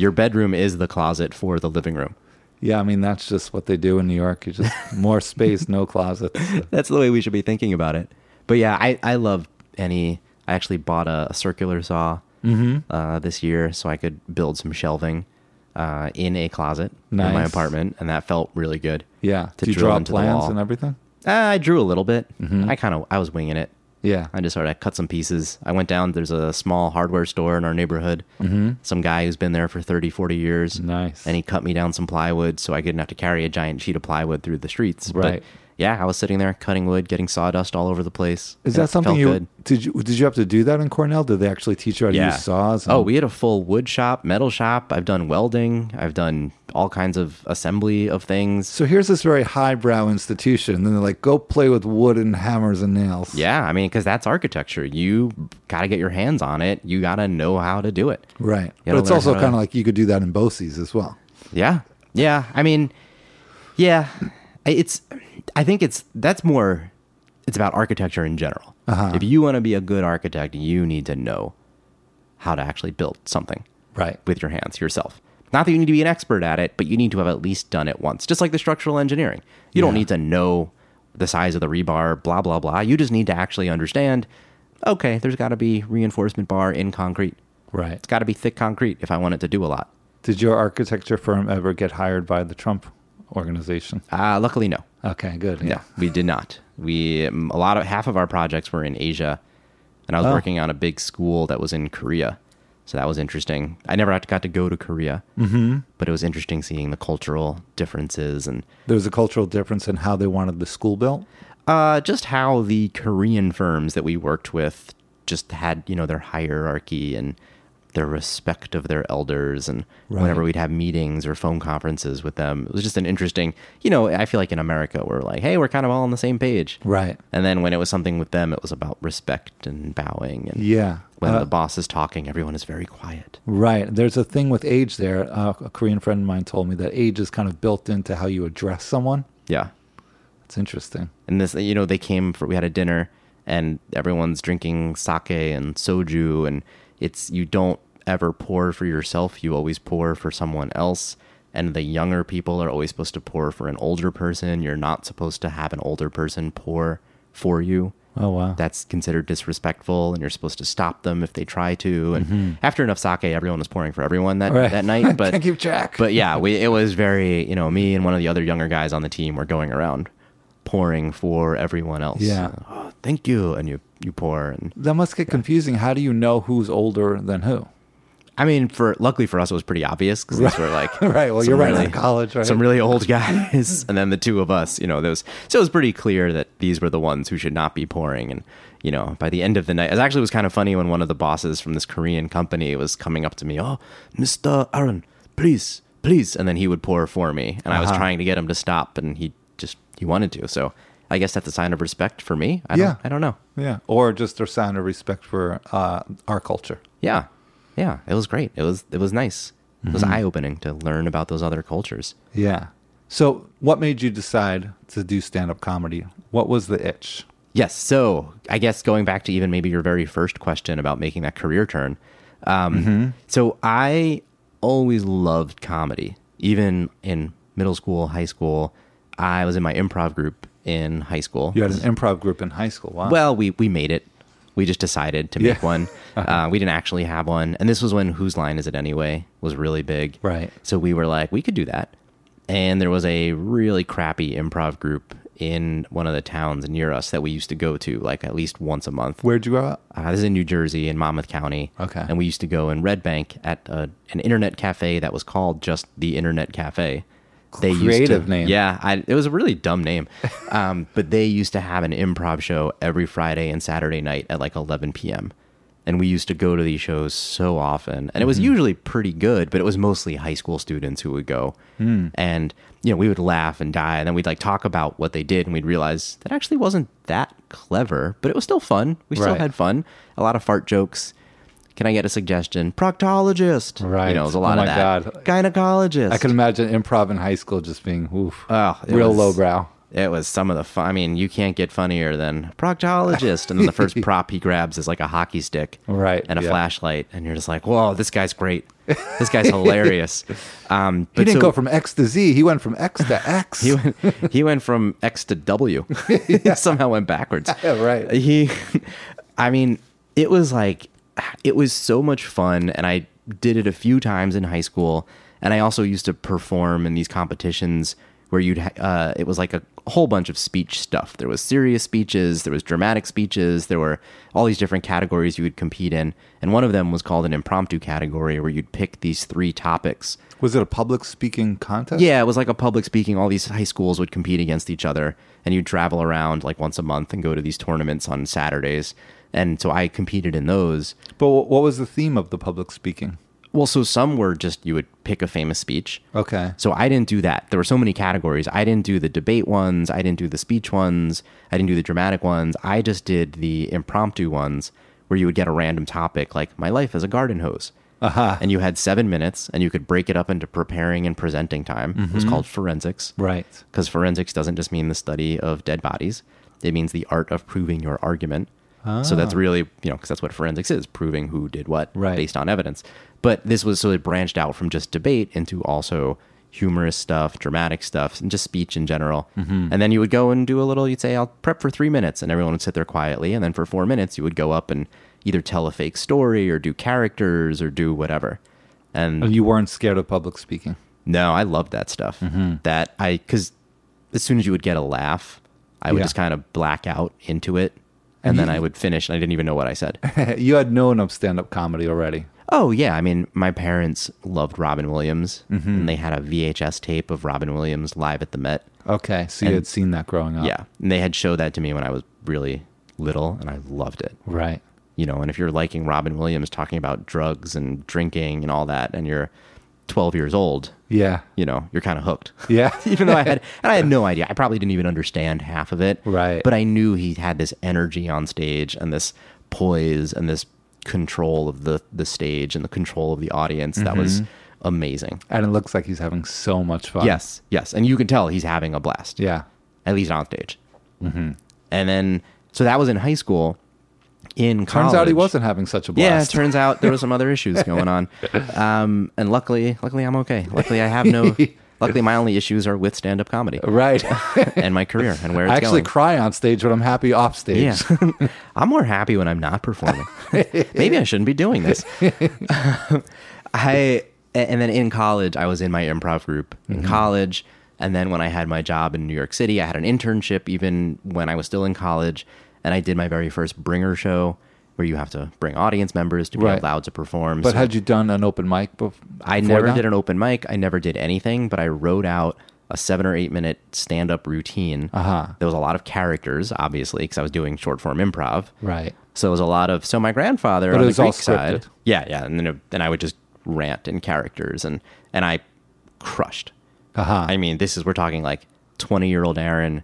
[SPEAKER 1] Your bedroom is the closet for the living room.
[SPEAKER 2] yeah. I mean that's just what they do in New York. You just more space, no closets.
[SPEAKER 1] That's the way we should be thinking about it. But yeah, I, I love any. I actually bought a, a circular saw
[SPEAKER 2] Mm-hmm.
[SPEAKER 1] uh, this year so I could build some shelving uh, in a closet in my
[SPEAKER 2] Nice.
[SPEAKER 1] apartment, and that felt really good.
[SPEAKER 2] Yeah.
[SPEAKER 1] To
[SPEAKER 2] do you
[SPEAKER 1] drill
[SPEAKER 2] draw
[SPEAKER 1] into the
[SPEAKER 2] plans
[SPEAKER 1] wall.
[SPEAKER 2] and everything?
[SPEAKER 1] Uh, I drew a little bit.
[SPEAKER 2] Mm-hmm.
[SPEAKER 1] I kind of I was winging it.
[SPEAKER 2] Yeah.
[SPEAKER 1] I just sort of cut some pieces. I went down. There's a small hardware store in our neighborhood. Some guy who's been there for 30, 40 years.
[SPEAKER 2] Mm-hmm. Nice.
[SPEAKER 1] And he cut me down some plywood so I didn't have to carry a giant sheet of plywood through the streets.
[SPEAKER 2] Right.
[SPEAKER 1] But yeah, I was sitting there cutting wood, getting sawdust all over the place. and
[SPEAKER 2] Is that
[SPEAKER 1] it
[SPEAKER 2] something
[SPEAKER 1] felt
[SPEAKER 2] you
[SPEAKER 1] good.
[SPEAKER 2] did? You did you have to do that in Cornell? Did they actually teach you how to use saws?
[SPEAKER 1] oh, we had a full wood shop, metal shop. I've done welding. I've done all kinds of assembly of things.
[SPEAKER 2] So here's this very highbrow institution. Then they're like, go play with wood and hammers and nails.
[SPEAKER 1] Yeah, I mean, because that's architecture. You got to get your hands on it. You got to know how to do it.
[SPEAKER 2] Right.
[SPEAKER 1] You
[SPEAKER 2] but
[SPEAKER 1] gotta
[SPEAKER 2] it's
[SPEAKER 1] learn
[SPEAKER 2] also
[SPEAKER 1] how to-
[SPEAKER 2] kind of like you could do that in BOCES as well.
[SPEAKER 1] Yeah. Yeah. I mean, yeah. I- It's, I think it's, that's more, it's about architecture in general. If you want to be a good architect, you need to know how to actually build something
[SPEAKER 2] Right.
[SPEAKER 1] with your hands yourself. Not that you need to be an expert at it, but you need to have at least done it once. Just like the structural engineering. You don't
[SPEAKER 2] Yeah.
[SPEAKER 1] need to know the size of the rebar, blah, blah, blah. You just need to actually understand okay, there's got to be reinforcement bar in concrete.
[SPEAKER 2] Right.
[SPEAKER 1] It's got to be thick concrete if I want it to do a lot.
[SPEAKER 2] Did your architecture firm ever get hired by the Trump organization?
[SPEAKER 1] Uh, luckily, no.
[SPEAKER 2] Okay, good.
[SPEAKER 1] No, we did not. We um, a lot of half of our projects were in Asia, and I was
[SPEAKER 2] Oh.
[SPEAKER 1] working on a big school that was in Korea, so that was interesting. I never got to go to Korea, mm-hmm. but it was interesting seeing the cultural differences and
[SPEAKER 2] There was a cultural difference in how they wanted the school built.
[SPEAKER 1] uh, just how the Korean firms that we worked with just had you know their hierarchy and their respect of their elders and
[SPEAKER 2] Right.
[SPEAKER 1] whenever we'd have meetings or phone conferences with them it was just an interesting you know i feel like in america we're like hey we're kind of all on the same page
[SPEAKER 2] Right.
[SPEAKER 1] and then when it was something with them, it was about respect and bowing. And
[SPEAKER 2] Yeah.
[SPEAKER 1] when
[SPEAKER 2] Uh,
[SPEAKER 1] the boss is talking, everyone is very quiet.
[SPEAKER 2] Right. There's a thing with age there. Uh, a Korean friend of mine told me that age is kind of built into how you address someone.
[SPEAKER 1] Yeah.
[SPEAKER 2] It's interesting.
[SPEAKER 1] And this, you know, they came for, we had a dinner and everyone's drinking sake and soju. And it's, you don't ever pour for yourself, you always pour for someone else. And the younger people are always supposed to pour for an older person. You're not supposed to have an older person pour for you.
[SPEAKER 2] Oh wow.
[SPEAKER 1] that's considered disrespectful and you're supposed to stop them if they try to and after enough sake everyone was pouring for everyone that,
[SPEAKER 2] Mm-hmm. Right.
[SPEAKER 1] that night but
[SPEAKER 2] Can't keep track.
[SPEAKER 1] but yeah we, it was very you know me and one of the other younger guys on the team were going around pouring for everyone else
[SPEAKER 2] Yeah.
[SPEAKER 1] oh, thank you and you you pour and
[SPEAKER 2] that must get confusing. How do you know who's older than who?
[SPEAKER 1] i mean for luckily for us it was pretty obvious because these were like
[SPEAKER 2] Right. Well,
[SPEAKER 1] some
[SPEAKER 2] you're right out of college, right?
[SPEAKER 1] some really old guys and then the two of us you know those so it was pretty clear that these were the ones who should not be pouring and you know by the end of the night it actually was kind of funny when one of the bosses from this korean company was coming up to me oh mr aaron please please and then he would pour for me and i was
[SPEAKER 2] Uh-huh.
[SPEAKER 1] trying to get him to stop and he just he wanted to so i guess that's a sign of respect for me i
[SPEAKER 2] Yeah.
[SPEAKER 1] don't i don't know
[SPEAKER 2] Yeah. Or just their sign of respect for uh, our culture.
[SPEAKER 1] yeah yeah it was great it was it was nice it
[SPEAKER 2] Mm-hmm.
[SPEAKER 1] was eye-opening to learn about those other cultures
[SPEAKER 2] Yeah. So, what made you decide to do stand up comedy? What was the itch?
[SPEAKER 1] Yes. So I guess going back to even maybe your very first question about making that career turn. Um,
[SPEAKER 2] Mm-hmm.
[SPEAKER 1] So I always loved comedy, even in middle school, high school. I was in my improv group in high school.
[SPEAKER 2] You had an improv group in high school. Wow.
[SPEAKER 1] Well, we we made it. We just decided to make
[SPEAKER 2] Uh-huh. Yeah. Uh-huh.
[SPEAKER 1] one. Uh, we didn't actually have one, and this was when "Whose Line Is It Anyway" was really big.
[SPEAKER 2] Right.
[SPEAKER 1] So we were like, we could do that. And there was a really crappy improv group in one of the towns near us that we used to go to like at least once a month.
[SPEAKER 2] where'd you grow up?
[SPEAKER 1] Uh, this is in New Jersey in Monmouth County.
[SPEAKER 2] Okay.
[SPEAKER 1] And we used to go in Red Bank at a, an internet cafe that was called just the Internet Cafe. used to-
[SPEAKER 2] Creative name.
[SPEAKER 1] Yeah, I, it was a really dumb name. Um, but they used to have an improv show every Friday and Saturday night at like 11 p.m. And we used to go to these shows so often. And it
[SPEAKER 2] Mm-hmm.
[SPEAKER 1] was usually pretty good, but it was mostly high school students who would go.
[SPEAKER 2] Hmm.
[SPEAKER 1] And, you know, we would laugh and die. And then we'd like talk about what they did. And we'd realize that actually wasn't that clever, but it was still fun. We still
[SPEAKER 2] Right.
[SPEAKER 1] had fun. A lot of fart jokes. Can I get a suggestion? Proctologist. You
[SPEAKER 2] Right.
[SPEAKER 1] know, it was a lot
[SPEAKER 2] Oh
[SPEAKER 1] of
[SPEAKER 2] my
[SPEAKER 1] that.
[SPEAKER 2] God.
[SPEAKER 1] Gynecologist.
[SPEAKER 2] I can imagine improv in high school just being oof,
[SPEAKER 1] Oh, it
[SPEAKER 2] real
[SPEAKER 1] was-
[SPEAKER 2] lowbrow.
[SPEAKER 1] It was some of the fun. I mean, you can't get funnier than proctologist. And then the first prop he grabs is like a hockey stick,
[SPEAKER 2] Right,
[SPEAKER 1] and a
[SPEAKER 2] yeah.
[SPEAKER 1] flashlight, and you're just like, "Whoa, this guy's great. This guy's hilarious." Um,
[SPEAKER 2] He
[SPEAKER 1] but so
[SPEAKER 2] didn't go from X to Z. He went from X to X.
[SPEAKER 1] he went, he went from X to W. Somehow went backwards.
[SPEAKER 2] Yeah, right.
[SPEAKER 1] He, I mean, it was like it was so much fun, and I did it a few times in high school, and I also used to perform in these competitions where you'd ha- uh, it was like a whole bunch of speech stuff. There was serious speeches, there was dramatic speeches, there were all these different categories you would compete in, and one of them was called an impromptu category, where you'd pick these three topics.
[SPEAKER 2] was it a public speaking contest?
[SPEAKER 1] Yeah, it was like a public speaking. All these high schools would compete against each other, and you'd travel around like once a month and go to these tournaments on Saturdays. And so I competed in those.
[SPEAKER 2] But wh- what was the theme of the public speaking?
[SPEAKER 1] Well, so some were just you would pick a famous speech.
[SPEAKER 2] Okay.
[SPEAKER 1] So I didn't do that. There were so many categories. I didn't do the debate ones. I didn't do the speech ones. I didn't do the dramatic ones. I just did the impromptu ones where you would get a random topic like my life as a garden hose.
[SPEAKER 2] Aha.
[SPEAKER 1] And you had seven minutes and you could break it up into preparing and presenting time. It was called forensics.
[SPEAKER 2] Right.
[SPEAKER 1] because forensics doesn't just mean the study of dead bodies it means the art of proving your argument so that's really you know because that's what forensics is proving who did what
[SPEAKER 2] Right.
[SPEAKER 1] based on evidence but this was so it branched out from just debate into also humorous stuff dramatic stuff and just speech in general and then you would go and do a little you'd say i'll prep for three minutes and everyone would sit there quietly and then for four minutes you would go up and either tell a fake story or do characters or do whatever and
[SPEAKER 2] And you weren't scared of public speaking.
[SPEAKER 1] no, I loved that stuff. That I because as soon as you would get a laugh, I would
[SPEAKER 2] Yeah.
[SPEAKER 1] just kind of black out into it, and, then I would finish, and I didn't even know what I said.
[SPEAKER 2] you had known of stand up comedy already.
[SPEAKER 1] oh yeah, I mean, my parents loved Robin Williams, and they had a VHS tape of Robin Williams live at the Met.
[SPEAKER 2] Okay. So you
[SPEAKER 1] And-
[SPEAKER 2] had seen that growing up.
[SPEAKER 1] Yeah, and they had showed that to me when I was really little, and I loved it.
[SPEAKER 2] Right.
[SPEAKER 1] You know, and if you're liking Robin Williams talking about drugs and drinking and all that, and you're 12 years old,
[SPEAKER 2] Yeah.
[SPEAKER 1] you know, you're kind of hooked.
[SPEAKER 2] Yeah.
[SPEAKER 1] even though I had and I had no idea. I probably didn't even understand half of it.
[SPEAKER 2] Right.
[SPEAKER 1] But I knew he had this energy on stage and this poise and this control of the the stage and the control of the audience that was amazing.
[SPEAKER 2] and it looks like he's having so much fun.
[SPEAKER 1] Yes, yes, and you can tell he's having a blast.
[SPEAKER 2] Yeah.
[SPEAKER 1] At least on stage. Mm-hmm. And then so that was in high school. In
[SPEAKER 2] Turns
[SPEAKER 1] college,
[SPEAKER 2] out he wasn't having such a
[SPEAKER 1] Yeah,
[SPEAKER 2] blast.
[SPEAKER 1] it turns out there were some other issues going on, um, and luckily, luckily I'm okay. Luckily, I have no, Luckily, my only issues are with stand up comedy
[SPEAKER 2] Right. I
[SPEAKER 1] and my career and where it's
[SPEAKER 2] actually
[SPEAKER 1] going.
[SPEAKER 2] cry on stage, but I'm happy off stage.
[SPEAKER 1] yeah. I'm more happy when I'm not performing. Maybe I shouldn't be doing this. I and then in college I was in my improv group in
[SPEAKER 2] Mm-hmm.
[SPEAKER 1] college and then when I had my job in New York City I had an internship even when I was still in college and I did my very first bringer show where you have to bring audience members to be
[SPEAKER 2] Right.
[SPEAKER 1] allowed to perform.
[SPEAKER 2] But
[SPEAKER 1] So
[SPEAKER 2] had you done an open mic bef- before?
[SPEAKER 1] I never
[SPEAKER 2] that?
[SPEAKER 1] did an open mic, I never did anything, but I wrote out a 7 or 8 minute stand up routine.
[SPEAKER 2] Uh-huh.
[SPEAKER 1] There was a lot of characters obviously cuz I was doing short form improv.
[SPEAKER 2] Right.
[SPEAKER 1] So it was a lot of so my grandfather
[SPEAKER 2] But
[SPEAKER 1] on
[SPEAKER 2] it
[SPEAKER 1] the
[SPEAKER 2] was all
[SPEAKER 1] Greek side.
[SPEAKER 2] scripted.
[SPEAKER 1] Yeah, yeah, and then then I would just rant in characters and and I crushed.
[SPEAKER 2] Uh-huh.
[SPEAKER 1] I mean, this is we're talking like twenty year old Aaron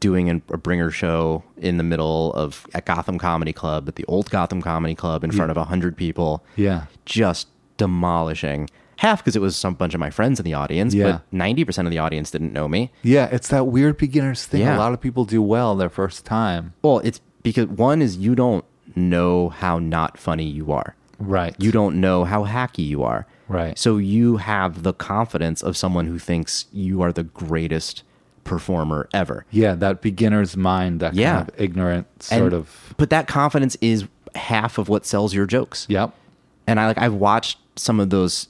[SPEAKER 1] doing an, a bringer show in the middle of at Gotham Comedy Club at the old Gotham Comedy Club in front of hundred people.
[SPEAKER 2] Yeah.
[SPEAKER 1] just demolishing half because it was some bunch of my friends in the audience,
[SPEAKER 2] Yeah.
[SPEAKER 1] but ninety percent of the audience didn't know me.
[SPEAKER 2] Yeah, it's that weird beginner's thing.
[SPEAKER 1] Yeah.
[SPEAKER 2] A lot of people do well their first time.
[SPEAKER 1] Well, it's because one is you don't know how not funny you are.
[SPEAKER 2] Right.
[SPEAKER 1] You don't know how hacky you are.
[SPEAKER 2] Right.
[SPEAKER 1] So you have the confidence of someone who thinks you are the greatest performer ever.
[SPEAKER 2] Yeah, that beginner's mind, that
[SPEAKER 1] Yeah.
[SPEAKER 2] kind of ignorant
[SPEAKER 1] And-
[SPEAKER 2] sort of.
[SPEAKER 1] But that confidence is half of what sells your jokes.
[SPEAKER 2] Yep.
[SPEAKER 1] And I like I've watched some of those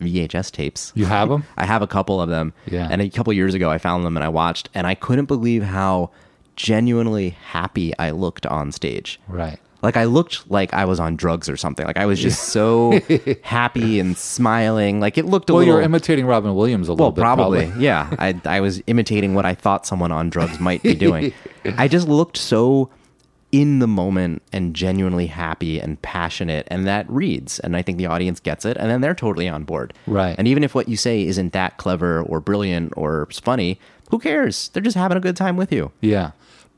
[SPEAKER 1] VHS tapes.
[SPEAKER 2] You have them?
[SPEAKER 1] I have a couple of them.
[SPEAKER 2] Yeah.
[SPEAKER 1] And a couple years ago I found them and I watched and I couldn't believe how genuinely happy I looked on stage.
[SPEAKER 2] right.
[SPEAKER 1] Like I looked like I was on drugs or something. Like I was just so happy and smiling. Like it looked a
[SPEAKER 2] Well,
[SPEAKER 1] little.
[SPEAKER 2] Oh, you're imitating Robin Williams a little
[SPEAKER 1] well,
[SPEAKER 2] bit.
[SPEAKER 1] Oh, probably, yeah. I I was imitating what I thought someone on drugs might be doing. I just looked so in the moment and genuinely happy and passionate, and that reads. And I think the audience gets it, and then they're totally on board.
[SPEAKER 2] Right.
[SPEAKER 1] And even if what you say isn't that clever or brilliant or funny, who cares? They're just having a good time with you.
[SPEAKER 2] Yeah.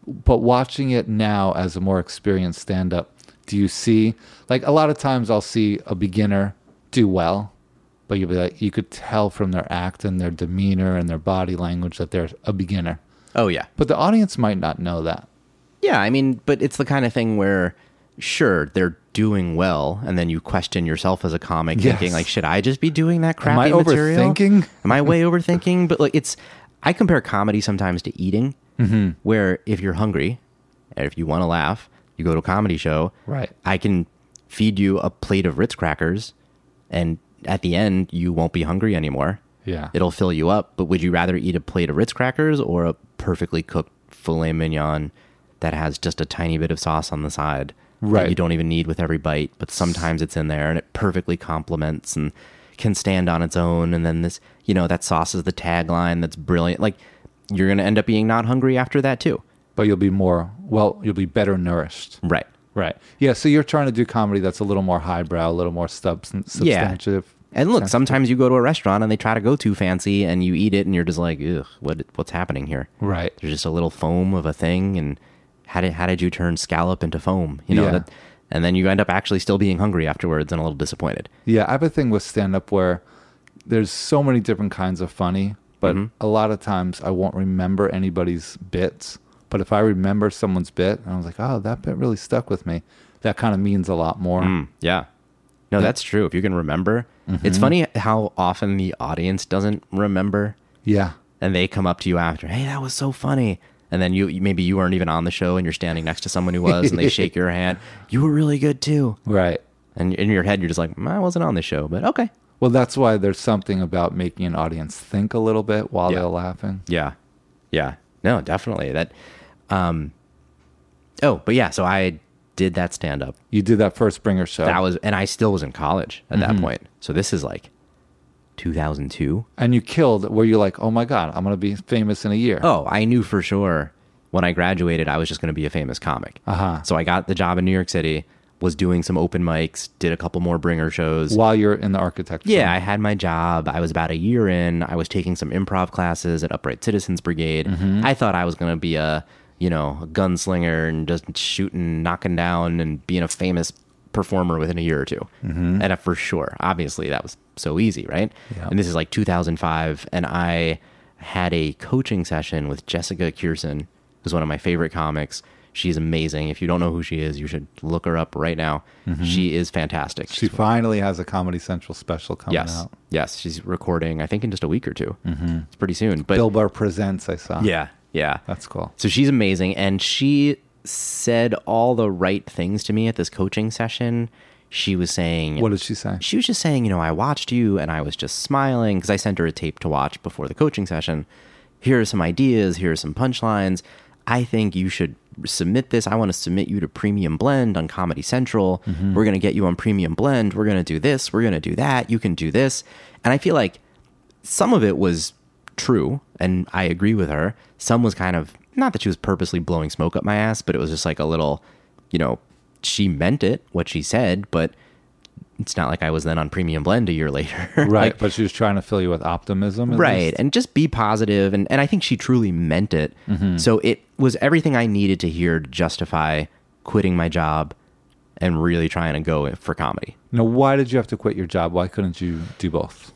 [SPEAKER 2] But watching it now as a more experienced stand up, do you see like a lot of times I'll see a beginner do well, but you'll be like you could tell from their act and their demeanor and their body language that they're a beginner.
[SPEAKER 1] Oh yeah.
[SPEAKER 2] But the audience might not know that.
[SPEAKER 1] Yeah, I mean, but it's the kind of thing where, sure, they're doing well, and then you question yourself as a comic,
[SPEAKER 2] Yes.
[SPEAKER 1] thinking like, should I just be doing that
[SPEAKER 2] I
[SPEAKER 1] crappy material?
[SPEAKER 2] overthinking?
[SPEAKER 1] Am I way overthinking? But like, it's I compare comedy sometimes to eating,
[SPEAKER 2] Mm-hmm.
[SPEAKER 1] where if you're hungry, and if you want to laugh, you go to a comedy show.
[SPEAKER 2] Right.
[SPEAKER 1] I can feed you a plate of Ritz crackers, and at the end, you won't be hungry anymore.
[SPEAKER 2] Yeah.
[SPEAKER 1] It'll fill you up, but would you rather eat a plate of Ritz crackers or a perfectly cooked filet mignon that has just a tiny bit of sauce on the side
[SPEAKER 2] Right.
[SPEAKER 1] that you don't even need with every bite, but sometimes it's in there and it perfectly complements and can stand on its own and then this, you know, that sauce is the tagline that's brilliant. Like you're going to end up being not hungry after that too.
[SPEAKER 2] But you'll be more well, you'll be better nourished.
[SPEAKER 1] Right.
[SPEAKER 2] Right. Yeah, so you're trying to do comedy that's a little more highbrow, a little more substan-
[SPEAKER 1] Yeah.
[SPEAKER 2] substantive.
[SPEAKER 1] And look, sometimes you go to a restaurant and they try to go too fancy and you eat it and you're just like, ugh, what, what's happening here?
[SPEAKER 2] Right.
[SPEAKER 1] there's just a little foam of a thing and how did how did you turn scallop into foam you know
[SPEAKER 2] Yeah.
[SPEAKER 1] that and then you end up actually still being hungry afterwards and a little disappointed
[SPEAKER 2] Yeah, I have a thing with stand up where there's so many different kinds of funny, but
[SPEAKER 1] Mm-hmm.
[SPEAKER 2] a lot of times I won't remember anybody's bits. But if I remember someone's bit and I was like, oh, that bit really stuck with me, that kind of means a lot more.
[SPEAKER 1] Mm. Hmm, yeah Mm-hmm. no that's true if you can remember it's funny how often the audience doesn't remember
[SPEAKER 2] Yeah.
[SPEAKER 1] and they come up to you after hey that was so funny and then you you- maybe you weren't even on the show and you're standing next to someone who was and they shake your hand you were really good too
[SPEAKER 2] Right.
[SPEAKER 1] and in your head you're just like "Mm, i wasn't on the show but okay
[SPEAKER 2] Well, that's why there's something about making an audience think a little bit while
[SPEAKER 1] Yeah.
[SPEAKER 2] they're laughing.
[SPEAKER 1] Yeah. Yeah. No, definitely. That um Oh, but yeah, so I did that stand up.
[SPEAKER 2] You did that first Bringer show.
[SPEAKER 1] That was and I still was in college at that point. So this is like 2002.
[SPEAKER 2] and you killed where you're like, oh my God, I'm going to be famous in a year.
[SPEAKER 1] Oh, I knew for sure when I graduated I was just going to be a famous comic.
[SPEAKER 2] Uh-huh.
[SPEAKER 1] So I got the job in New York City, was doing some open mics, did a couple more bringer shows.
[SPEAKER 2] While you're in the architecture.
[SPEAKER 1] Yeah, I had my job. I was about a year in. I was taking some improv classes at Upright Citizens Brigade. I thought I was going to be a, you know, a gunslinger and just shooting, knocking down, and being a famous performer within a year or 2 And uh, for sure, obviously, that was so easy, right?
[SPEAKER 2] Yeah.
[SPEAKER 1] And this is like 2005, and I had a coaching session with Jessica Kearson, who's one of my favorite comics. She's amazing. If you don't know who she is, you should look her up right now. She is fantastic.
[SPEAKER 2] She
[SPEAKER 1] She's
[SPEAKER 2] finally has a Comedy Central special coming
[SPEAKER 1] yes,
[SPEAKER 2] out.
[SPEAKER 1] yes. She's recording. I think in just a week or 2 Mm-hmm. It's pretty soon. But
[SPEAKER 2] Bill Burr Presents, I saw.
[SPEAKER 1] yeah, yeah.
[SPEAKER 2] That's cool.
[SPEAKER 1] So she's amazing. And she said all the right things to me at this coaching session. She was saying,
[SPEAKER 2] What did she say?
[SPEAKER 1] She was just saying, you know, I watched you and I was just smiling because I sent her a tape to watch before the coaching session. Here are some ideas. Here are some punchlines. I think you should submit this. I want to submit you to Premium Blend on Comedy Central. We're going to get you on Premium Blend. We're going to do this. We're going to do that. You can do this. And I feel like some of it was true and I agree with her. Some was kind of not that she was purposely blowing smoke up my ass, but it was just like a little, you know, she meant it what she said, but it's not like I was then on premium blend a year later. Like,
[SPEAKER 2] Right, but she was trying to fill you with optimism. at
[SPEAKER 1] right.
[SPEAKER 2] least.
[SPEAKER 1] And just be positive and and I think she truly meant it.
[SPEAKER 2] Mm-hmm.
[SPEAKER 1] So it was everything I needed to hear to justify quitting my job and really trying to go for comedy.
[SPEAKER 2] Now, why did you have to quit your job? Why couldn't you do both?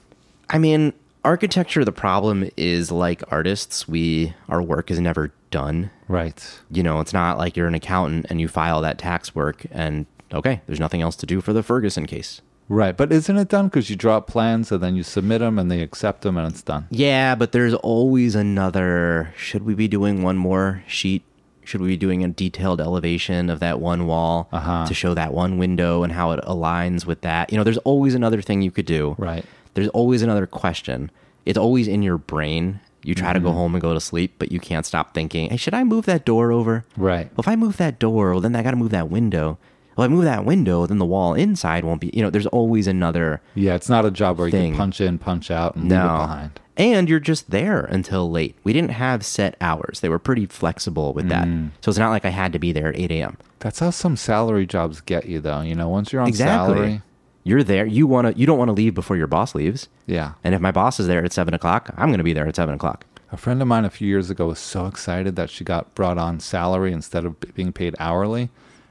[SPEAKER 1] I mean, architecture, the problem is like artists, we our work is never done.
[SPEAKER 2] Right.
[SPEAKER 1] You know, it's not like you're an accountant and you file that tax work and okay, there's nothing else to do for the Ferguson case.
[SPEAKER 2] Right. But isn't it done? Because you draw up plans and then you submit them and they accept them and it's done.
[SPEAKER 1] Yeah, but there's always another should we be doing one more sheet? Should we be doing a detailed elevation of that one wall
[SPEAKER 2] Uh-huh.
[SPEAKER 1] to show that one window and how it aligns with that? You know, there's always another thing you could do.
[SPEAKER 2] Right.
[SPEAKER 1] there's always another question. It's always in your brain. You try to go
[SPEAKER 2] Mm-hmm.
[SPEAKER 1] home and go to sleep, but you can't stop thinking, hey, should I move that door over?
[SPEAKER 2] Right.
[SPEAKER 1] Well, if I move that door, well, then I got to move that window. Well, if I move that window, then the wall inside won't be, you know, there's always another.
[SPEAKER 2] Yeah, it's not a job where you
[SPEAKER 1] Thing.
[SPEAKER 2] can punch in, punch out, and leave it
[SPEAKER 1] No.
[SPEAKER 2] behind.
[SPEAKER 1] And you're just there until late. We didn't have set hours. They were pretty flexible with that.
[SPEAKER 2] Mm.
[SPEAKER 1] So it's not like I had to be there at 8 a.m.
[SPEAKER 2] That's how some salary jobs get you, though. You know, once you're on
[SPEAKER 1] Exactly.
[SPEAKER 2] salary,
[SPEAKER 1] You're there. You want to, you don't want to leave before your boss leaves.
[SPEAKER 2] yeah.
[SPEAKER 1] And if my boss is there at seven o'clock, I'm going to be there at seven o'clock.
[SPEAKER 2] A friend of mine a few years ago was so excited that she got brought on salary instead of b- being paid hourly.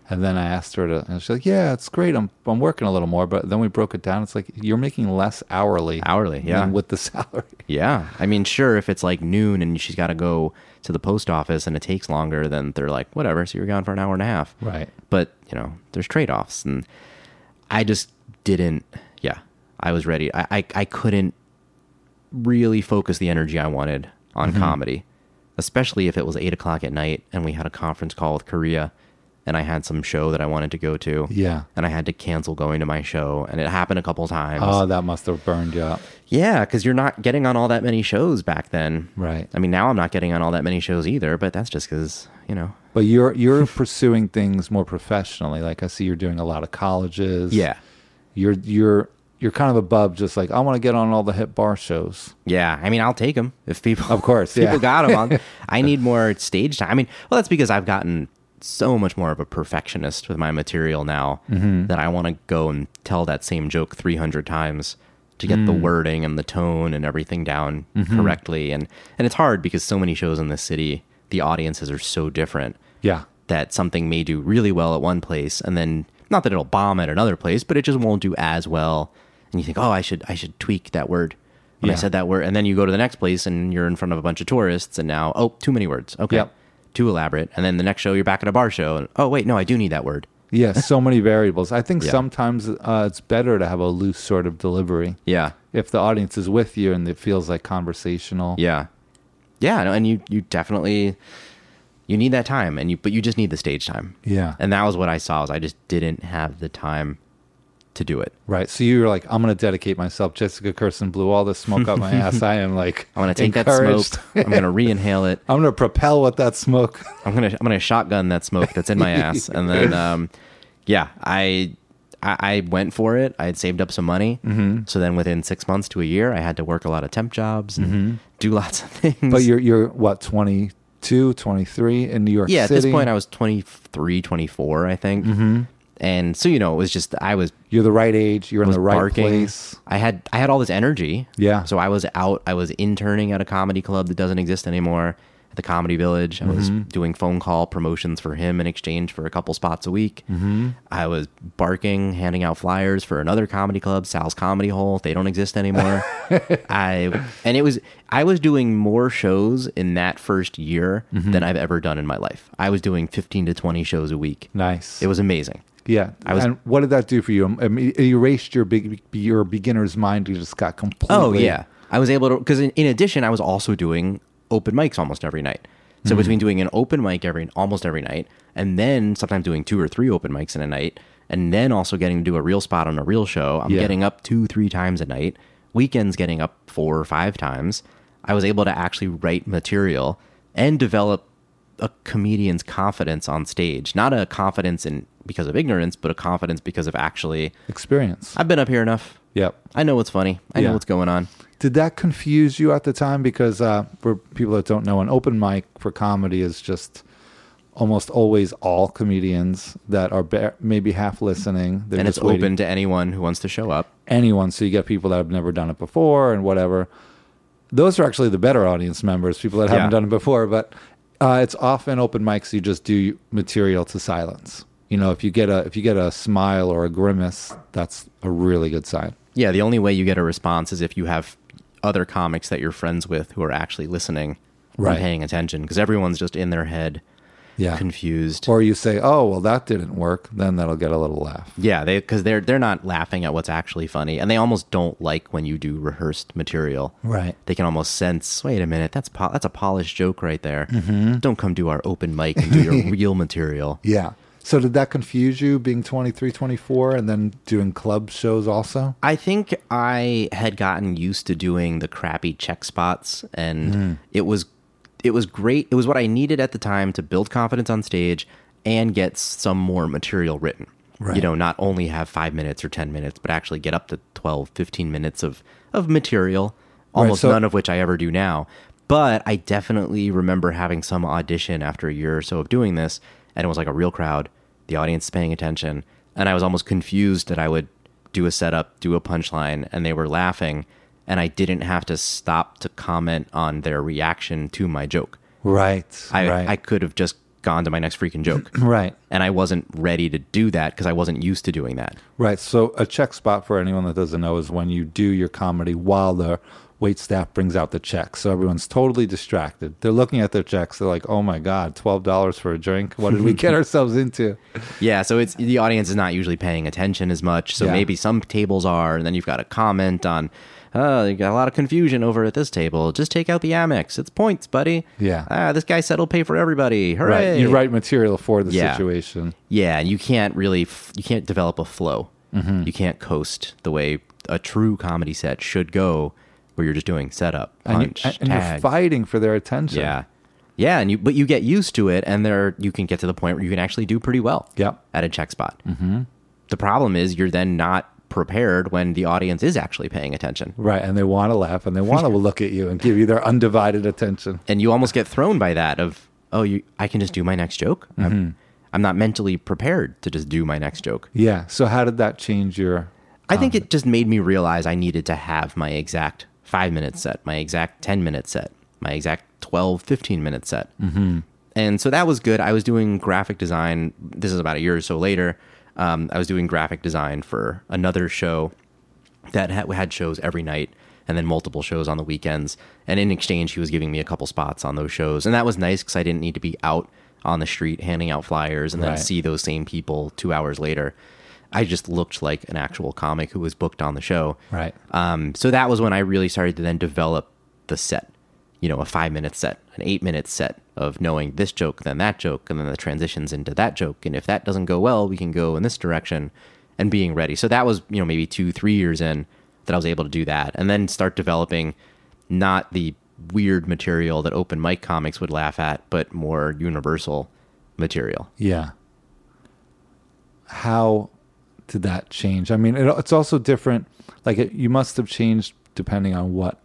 [SPEAKER 2] And then I asked her to, and she's like, "Yeah, it's great. I'm I'm working a little more." But then we broke it down. It's like you're making less hourly,
[SPEAKER 1] Hourly, yeah.
[SPEAKER 2] than with the salary.
[SPEAKER 1] Yeah. I mean, sure, if it's like noon and she's got to go to the post office and it takes longer, then they're like, whatever. So you're gone for an hour and a half.
[SPEAKER 2] Right.
[SPEAKER 1] But, you know, there's trade offs. And I just didn't, yeah, I was ready. I, I, I couldn't really focus the energy I wanted on comedy, especially if it was eight o'clock at night and we had a conference call with Korea and I had some show that I wanted to go to.
[SPEAKER 2] Yeah.
[SPEAKER 1] And I had to cancel going to my show. And it happened a couple times.
[SPEAKER 2] Oh, that must have burned you up.
[SPEAKER 1] Yeah, because you're not getting on all that many shows back then.
[SPEAKER 2] Right.
[SPEAKER 1] I mean, now I'm not getting on all that many shows either, but that's just because, you know.
[SPEAKER 2] But you're you're pursuing things more professionally. Like I see you're doing a lot of colleges. You're you're you're kind of above just like I want to get on all the hip bar shows.
[SPEAKER 1] Yeah. I mean, I'll take them if people.
[SPEAKER 2] Of course,
[SPEAKER 1] if people
[SPEAKER 2] yeah.
[SPEAKER 1] got them. I need more stage time. I mean, well, that's because I've gotten so much more of a perfectionist with my material now
[SPEAKER 2] Mm-hmm.
[SPEAKER 1] that I want to go and tell that same joke 300 times to get the
[SPEAKER 2] Mm.
[SPEAKER 1] wording and the tone and everything down
[SPEAKER 2] Mm-hmm.
[SPEAKER 1] correctly. And, and it's hard because so many shows in this city, the audiences are so different.
[SPEAKER 2] Yeah.
[SPEAKER 1] that something may do really well at one place and then not that it'll bomb at another place, but it just won't do as well. And you think, oh, I should I should tweak that word when I
[SPEAKER 2] Yeah.
[SPEAKER 1] said that word, and then you go to the next place and you're in front of a bunch of tourists, and now oh, too many words, okay,
[SPEAKER 2] Yep.
[SPEAKER 1] too elaborate, and then the next show you're back at a bar show, and oh wait, no, I do need that word.
[SPEAKER 2] Yeah, so many variables. I think
[SPEAKER 1] Yeah.
[SPEAKER 2] sometimes uh, it's better to have a loose sort of delivery.
[SPEAKER 1] Yeah,
[SPEAKER 2] If the audience is with you and it feels like conversational.
[SPEAKER 1] yeah, yeah, no, and you you definitely you need that time, and you but you just need the stage time.
[SPEAKER 2] Yeah.
[SPEAKER 1] and that was what I saw is I just didn't have the time to do it.
[SPEAKER 2] Right. So you're like, I'm going to dedicate myself. Jessica Kirsten blew all this smoke up my ass. I am like,
[SPEAKER 1] I'm gonna take
[SPEAKER 2] encouraged.
[SPEAKER 1] that smoke. I'm gonna re-inhale it.
[SPEAKER 2] I'm going to propel with that smoke.
[SPEAKER 1] I'm gonna I'm gonna shotgun that smoke that's in my ass, and then um, yeah, I, I I went for it. I had saved up some money, mm-hmm. so then within six months to a year, I had to work a lot of temp jobs and do lots of things.
[SPEAKER 2] but you're, you're what, 22, 23 in New York
[SPEAKER 1] yeah,
[SPEAKER 2] City?
[SPEAKER 1] at this point, I was 23, 24, I think, mm-hmm. and so you know, it was just I was
[SPEAKER 2] You're the right age. You're in
[SPEAKER 1] was
[SPEAKER 2] the right
[SPEAKER 1] barking.
[SPEAKER 2] place.
[SPEAKER 1] I had I had all this energy.
[SPEAKER 2] Yeah.
[SPEAKER 1] So I was out. I was interning at a comedy club that doesn't exist anymore. I the Comedy Village. I was
[SPEAKER 2] Mm-hmm.
[SPEAKER 1] doing phone call promotions for him in exchange for a couple spots a week.
[SPEAKER 2] Mm-hmm.
[SPEAKER 1] I was barking, handing out flyers for another comedy club, Sal's Comedy Hole. They don't exist anymore. I and it was I was doing more shows in that first year
[SPEAKER 2] Mm-hmm.
[SPEAKER 1] than I've ever done in my life. I was doing 15 to 20 shows a week.
[SPEAKER 2] Nice.
[SPEAKER 1] It was amazing.
[SPEAKER 2] yeah.
[SPEAKER 1] I was-
[SPEAKER 2] and what did that do for you? Um, I mean, It erased your big your beginner's mind. You just got completely.
[SPEAKER 1] Oh yeah, I was able to because in, in addition, I was also doing open mics almost every night. So
[SPEAKER 2] Hmm.
[SPEAKER 1] between doing an open mic every almost every night, and then sometimes doing two or three open mics in a night, and then also getting to do a real spot on a real show, I'm
[SPEAKER 2] Yeah.
[SPEAKER 1] getting up two three times a night. Weekends getting up four or five times. I was able to actually write material and develop a comedian's confidence on stage. Not a confidence in because of ignorance, but a confidence because of actually
[SPEAKER 2] Experience.
[SPEAKER 1] I've been up here enough.
[SPEAKER 2] yep.
[SPEAKER 1] I know what's funny. I
[SPEAKER 2] Yeah.
[SPEAKER 1] know what's going on.
[SPEAKER 2] Did that confuse you at the time? Because uh, for people that don't know, an open mic for comedy is just almost always all comedians that are ba- maybe half listening. They're
[SPEAKER 1] and it's
[SPEAKER 2] just waiting-
[SPEAKER 1] open to anyone who wants to show up.
[SPEAKER 2] anyone. So you get people that have never done it before and whatever. Those are actually the better audience members, people that haven't
[SPEAKER 1] Yeah.
[SPEAKER 2] done it before. But uh, it's often open mics. You just do material to silence. You know, if you get a if you get a smile or a grimace, that's a really good sign.
[SPEAKER 1] Yeah, the only way you get a response is if you have other comics that you're friends with who are actually listening
[SPEAKER 2] Right.
[SPEAKER 1] and paying attention because everyone's just in their head
[SPEAKER 2] Yeah.
[SPEAKER 1] confused.
[SPEAKER 2] Or you say, "Oh, well, that didn't work." Then that'll get a little laugh.
[SPEAKER 1] yeah, they because they're they're not laughing at what's actually funny, and they almost don't like when you do rehearsed material.
[SPEAKER 2] Right.
[SPEAKER 1] They can almost sense. Wait a minute, that's po- that's a polished joke right there.
[SPEAKER 2] Mm-hmm.
[SPEAKER 1] Don't come do our open mic and do your real material.
[SPEAKER 2] Yeah. So did that confuse you being 23, 24 and then doing club shows also?
[SPEAKER 1] I think I had gotten used to doing the crappy check spots and it was it was great. It was what I needed at the time to build confidence on stage and get some more material written.
[SPEAKER 2] Right.
[SPEAKER 1] You know, not only have 5 minutes or 10 minutes, but actually get up to 12, 15 minutes of of material, almost
[SPEAKER 2] so-
[SPEAKER 1] none of which I ever do now. But I definitely remember having some audition after a year or so of doing this and it was like a real crowd, the audience is paying attention, and I was almost confused that I would do a setup, do a punchline, and they were laughing, and I didn't have to stop to comment on their reaction to my joke.
[SPEAKER 2] Right.
[SPEAKER 1] I,
[SPEAKER 2] right.
[SPEAKER 1] I could have just gone to my next freaking joke.
[SPEAKER 2] right.
[SPEAKER 1] And I wasn't ready to do that because I wasn't used to doing that.
[SPEAKER 2] Right. So a check spot for anyone that doesn't know is when you do your comedy while the wait staff brings out the check. So everyone's totally distracted. They're looking at their checks. They're like, oh my God, $12 for a drink. What did we get ourselves into?
[SPEAKER 1] Yeah, so it's the audience is not usually paying attention as much. So
[SPEAKER 2] Yeah.
[SPEAKER 1] maybe some tables are, and then you've got a comment on, "Oh, you got a lot of confusion over at this table. Just take out the Amex. It's points, buddy.
[SPEAKER 2] Yeah.
[SPEAKER 1] ah, this guy said he'll pay for everybody. Hooray!
[SPEAKER 2] Right. You write material for the
[SPEAKER 1] Yeah.
[SPEAKER 2] situation.
[SPEAKER 1] Yeah, and you can't really f- you can't develop a flow.
[SPEAKER 2] Mm-hmm.
[SPEAKER 1] You can't coast the way a true comedy set should go, where you're just doing setup,
[SPEAKER 2] And,
[SPEAKER 1] punch,
[SPEAKER 2] you, and you're
[SPEAKER 1] tag.
[SPEAKER 2] fighting for their attention.
[SPEAKER 1] yeah, yeah, and you but you get used to it, and there you can get to the point where you can actually do pretty well.
[SPEAKER 2] Yep.
[SPEAKER 1] at a check spot. Mm-hmm. The problem is you're then not prepared when the audience is actually paying attention,
[SPEAKER 2] Right. And they want to laugh and they want to look at you and give you their undivided attention.
[SPEAKER 1] and you almost get thrown by that of oh, you I can just do my next joke. I'm, I'm not mentally prepared to just do my next joke.
[SPEAKER 2] Yeah. So how did that change your.
[SPEAKER 1] I think it just made me realize I needed to have my exact five minute set, my exact 10 minute set, my exact 12, 15 minute set. Mm-hmm. And so that was good. I was doing graphic design. This is about a year or so later. Um, I was doing graphic design for another show that ha- had shows every night and then multiple shows on the weekends. And in exchange, he was giving me a couple spots on those shows. And that was nice because I didn't need to be out on the street handing out flyers and then
[SPEAKER 2] Right.
[SPEAKER 1] see those same people two hours later. I just looked like an actual comic who was booked on the show.
[SPEAKER 2] Right.
[SPEAKER 1] Um, so that was when I really started to then develop the set, you know, a five minute set, an eight minute set of knowing this joke, then that joke, and then the transitions into that joke. And if that doesn't go well, we can go in this direction and being ready. So that was, you know, maybe two, three years in that I was able to do that and then start developing not the weird material that open mic comics would laugh at, but more universal material.
[SPEAKER 2] Yeah. How did that change? I mean, it, it's also different. Like, it, you must have changed depending on what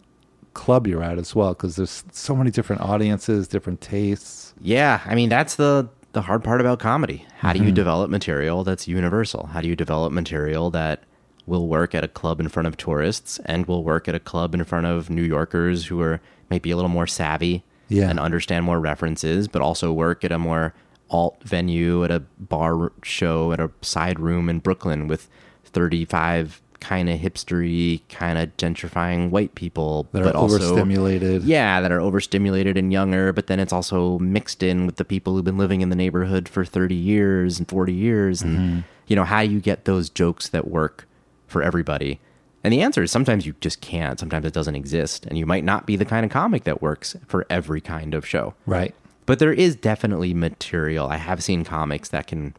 [SPEAKER 2] club you're at as well, because there's so many different audiences, different tastes.
[SPEAKER 1] Yeah, I mean that's the the hard part about comedy. How
[SPEAKER 2] Mm-hmm.
[SPEAKER 1] do you develop material that's universal? How do you develop material that will work at a club in front of tourists and will work at a club in front of New Yorkers who are maybe a little more savvy
[SPEAKER 2] Yeah.
[SPEAKER 1] and understand more references, but also work at a more alt venue, at a bar show, at a side room in Brooklyn with 35 kind of hipstery, kind of gentrifying white people.
[SPEAKER 2] That are
[SPEAKER 1] but also-
[SPEAKER 2] overstimulated.
[SPEAKER 1] yeah, that are overstimulated and younger, but then it's also mixed in with the people who've been living in the neighborhood for 30 years and 40 years. And, you know, how do you get those jokes that work for everybody? And the answer is sometimes you just can't. Sometimes it doesn't exist. And you might not be the kind of comic that works for every kind of show.
[SPEAKER 2] Right.
[SPEAKER 1] But there is definitely material. I have seen comics that can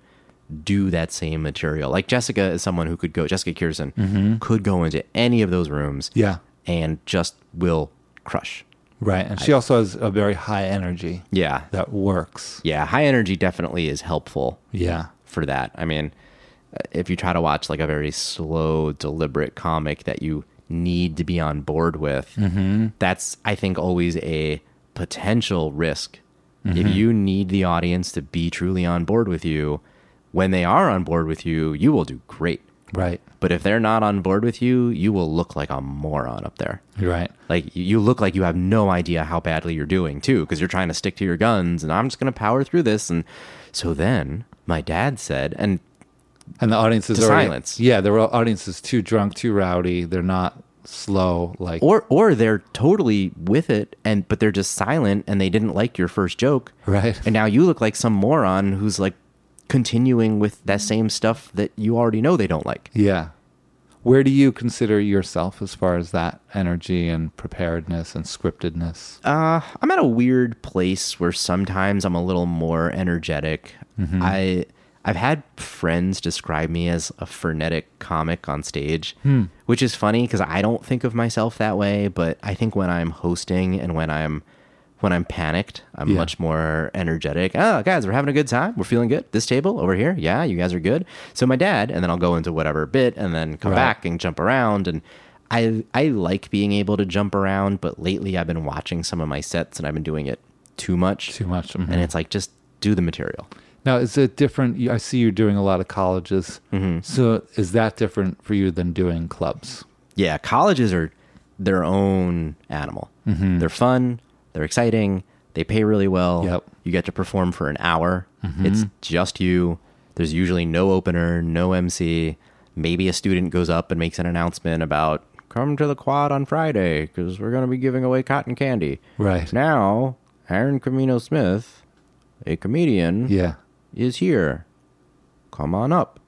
[SPEAKER 1] do that same material. Like Jessica is someone who could go, Jessica Kirsten could go into any of those rooms
[SPEAKER 2] Yeah.
[SPEAKER 1] and just will crush.
[SPEAKER 2] Right. And she also has a very high energy
[SPEAKER 1] Yeah.
[SPEAKER 2] that works.
[SPEAKER 1] Yeah. High energy definitely is helpful
[SPEAKER 2] Yeah.
[SPEAKER 1] for that. I mean, uh, if you try to watch like a very slow, deliberate comic that you need to be on board with, that's, I think, always a potential risk. If you need the audience to be truly on board with you, when they are on board with you, you will do great.
[SPEAKER 2] Right.
[SPEAKER 1] But if they're not on board with you, you will look like a moron up there.
[SPEAKER 2] You're right.
[SPEAKER 1] Like you- you look like you have no idea how badly you're doing too, because you're trying to stick to your guns, and I'm just gonna power through this. And so then my dad said, and
[SPEAKER 2] And the audience is
[SPEAKER 1] To
[SPEAKER 2] already-
[SPEAKER 1] silence.
[SPEAKER 2] Yeah, the real audience is too drunk, too rowdy. They're not slow. Like
[SPEAKER 1] or or they're totally with it, and but they're just silent, and they didn't like your first joke,
[SPEAKER 2] Right.
[SPEAKER 1] And now you look like some moron who's like continuing with that same stuff that you already know they don't like.
[SPEAKER 2] yeah. Where do you consider yourself as far as that energy and preparedness and scriptedness?
[SPEAKER 1] Uh, I'm at a weird place where sometimes I'm a little more energetic.
[SPEAKER 2] Mm-hmm.
[SPEAKER 1] I I've had friends describe me as a frenetic comic on stage,
[SPEAKER 2] Hmm.
[SPEAKER 1] which is funny because I don't think of myself that way. But I think when I'm hosting and when I'm when I'm panicked, I'm
[SPEAKER 2] Yeah.
[SPEAKER 1] much more energetic. Oh, guys, we're having a good time. We're feeling good. This table over here, yeah, you guys are good. So my dad, and then I'll go into whatever bit, and then come
[SPEAKER 2] Right.
[SPEAKER 1] back and jump around and I I like being able to jump around, but lately I've been watching some of my sets and I've been doing it too much.
[SPEAKER 2] Too much. mhm.
[SPEAKER 1] And it's like just do the material.
[SPEAKER 2] Now, is it different? you- I see you're doing a lot of colleges.
[SPEAKER 1] Mm-hmm.
[SPEAKER 2] So, is that different for you than doing clubs?
[SPEAKER 1] Yeah, colleges are their own animal.
[SPEAKER 2] Mm-hmm.
[SPEAKER 1] They're fun, they're exciting, they pay really well.
[SPEAKER 2] Yep. Mm-hmm.
[SPEAKER 1] You get to perform for an hour. It's just you. There's usually no opener, no MC. Maybe a student goes up and makes an announcement about come to the quad on Friday because we're going to be giving away cotton candy.
[SPEAKER 2] Right.
[SPEAKER 1] Now, Aaron Camino Smith, a comedian,
[SPEAKER 2] Yeah.
[SPEAKER 1] is here. Come on up.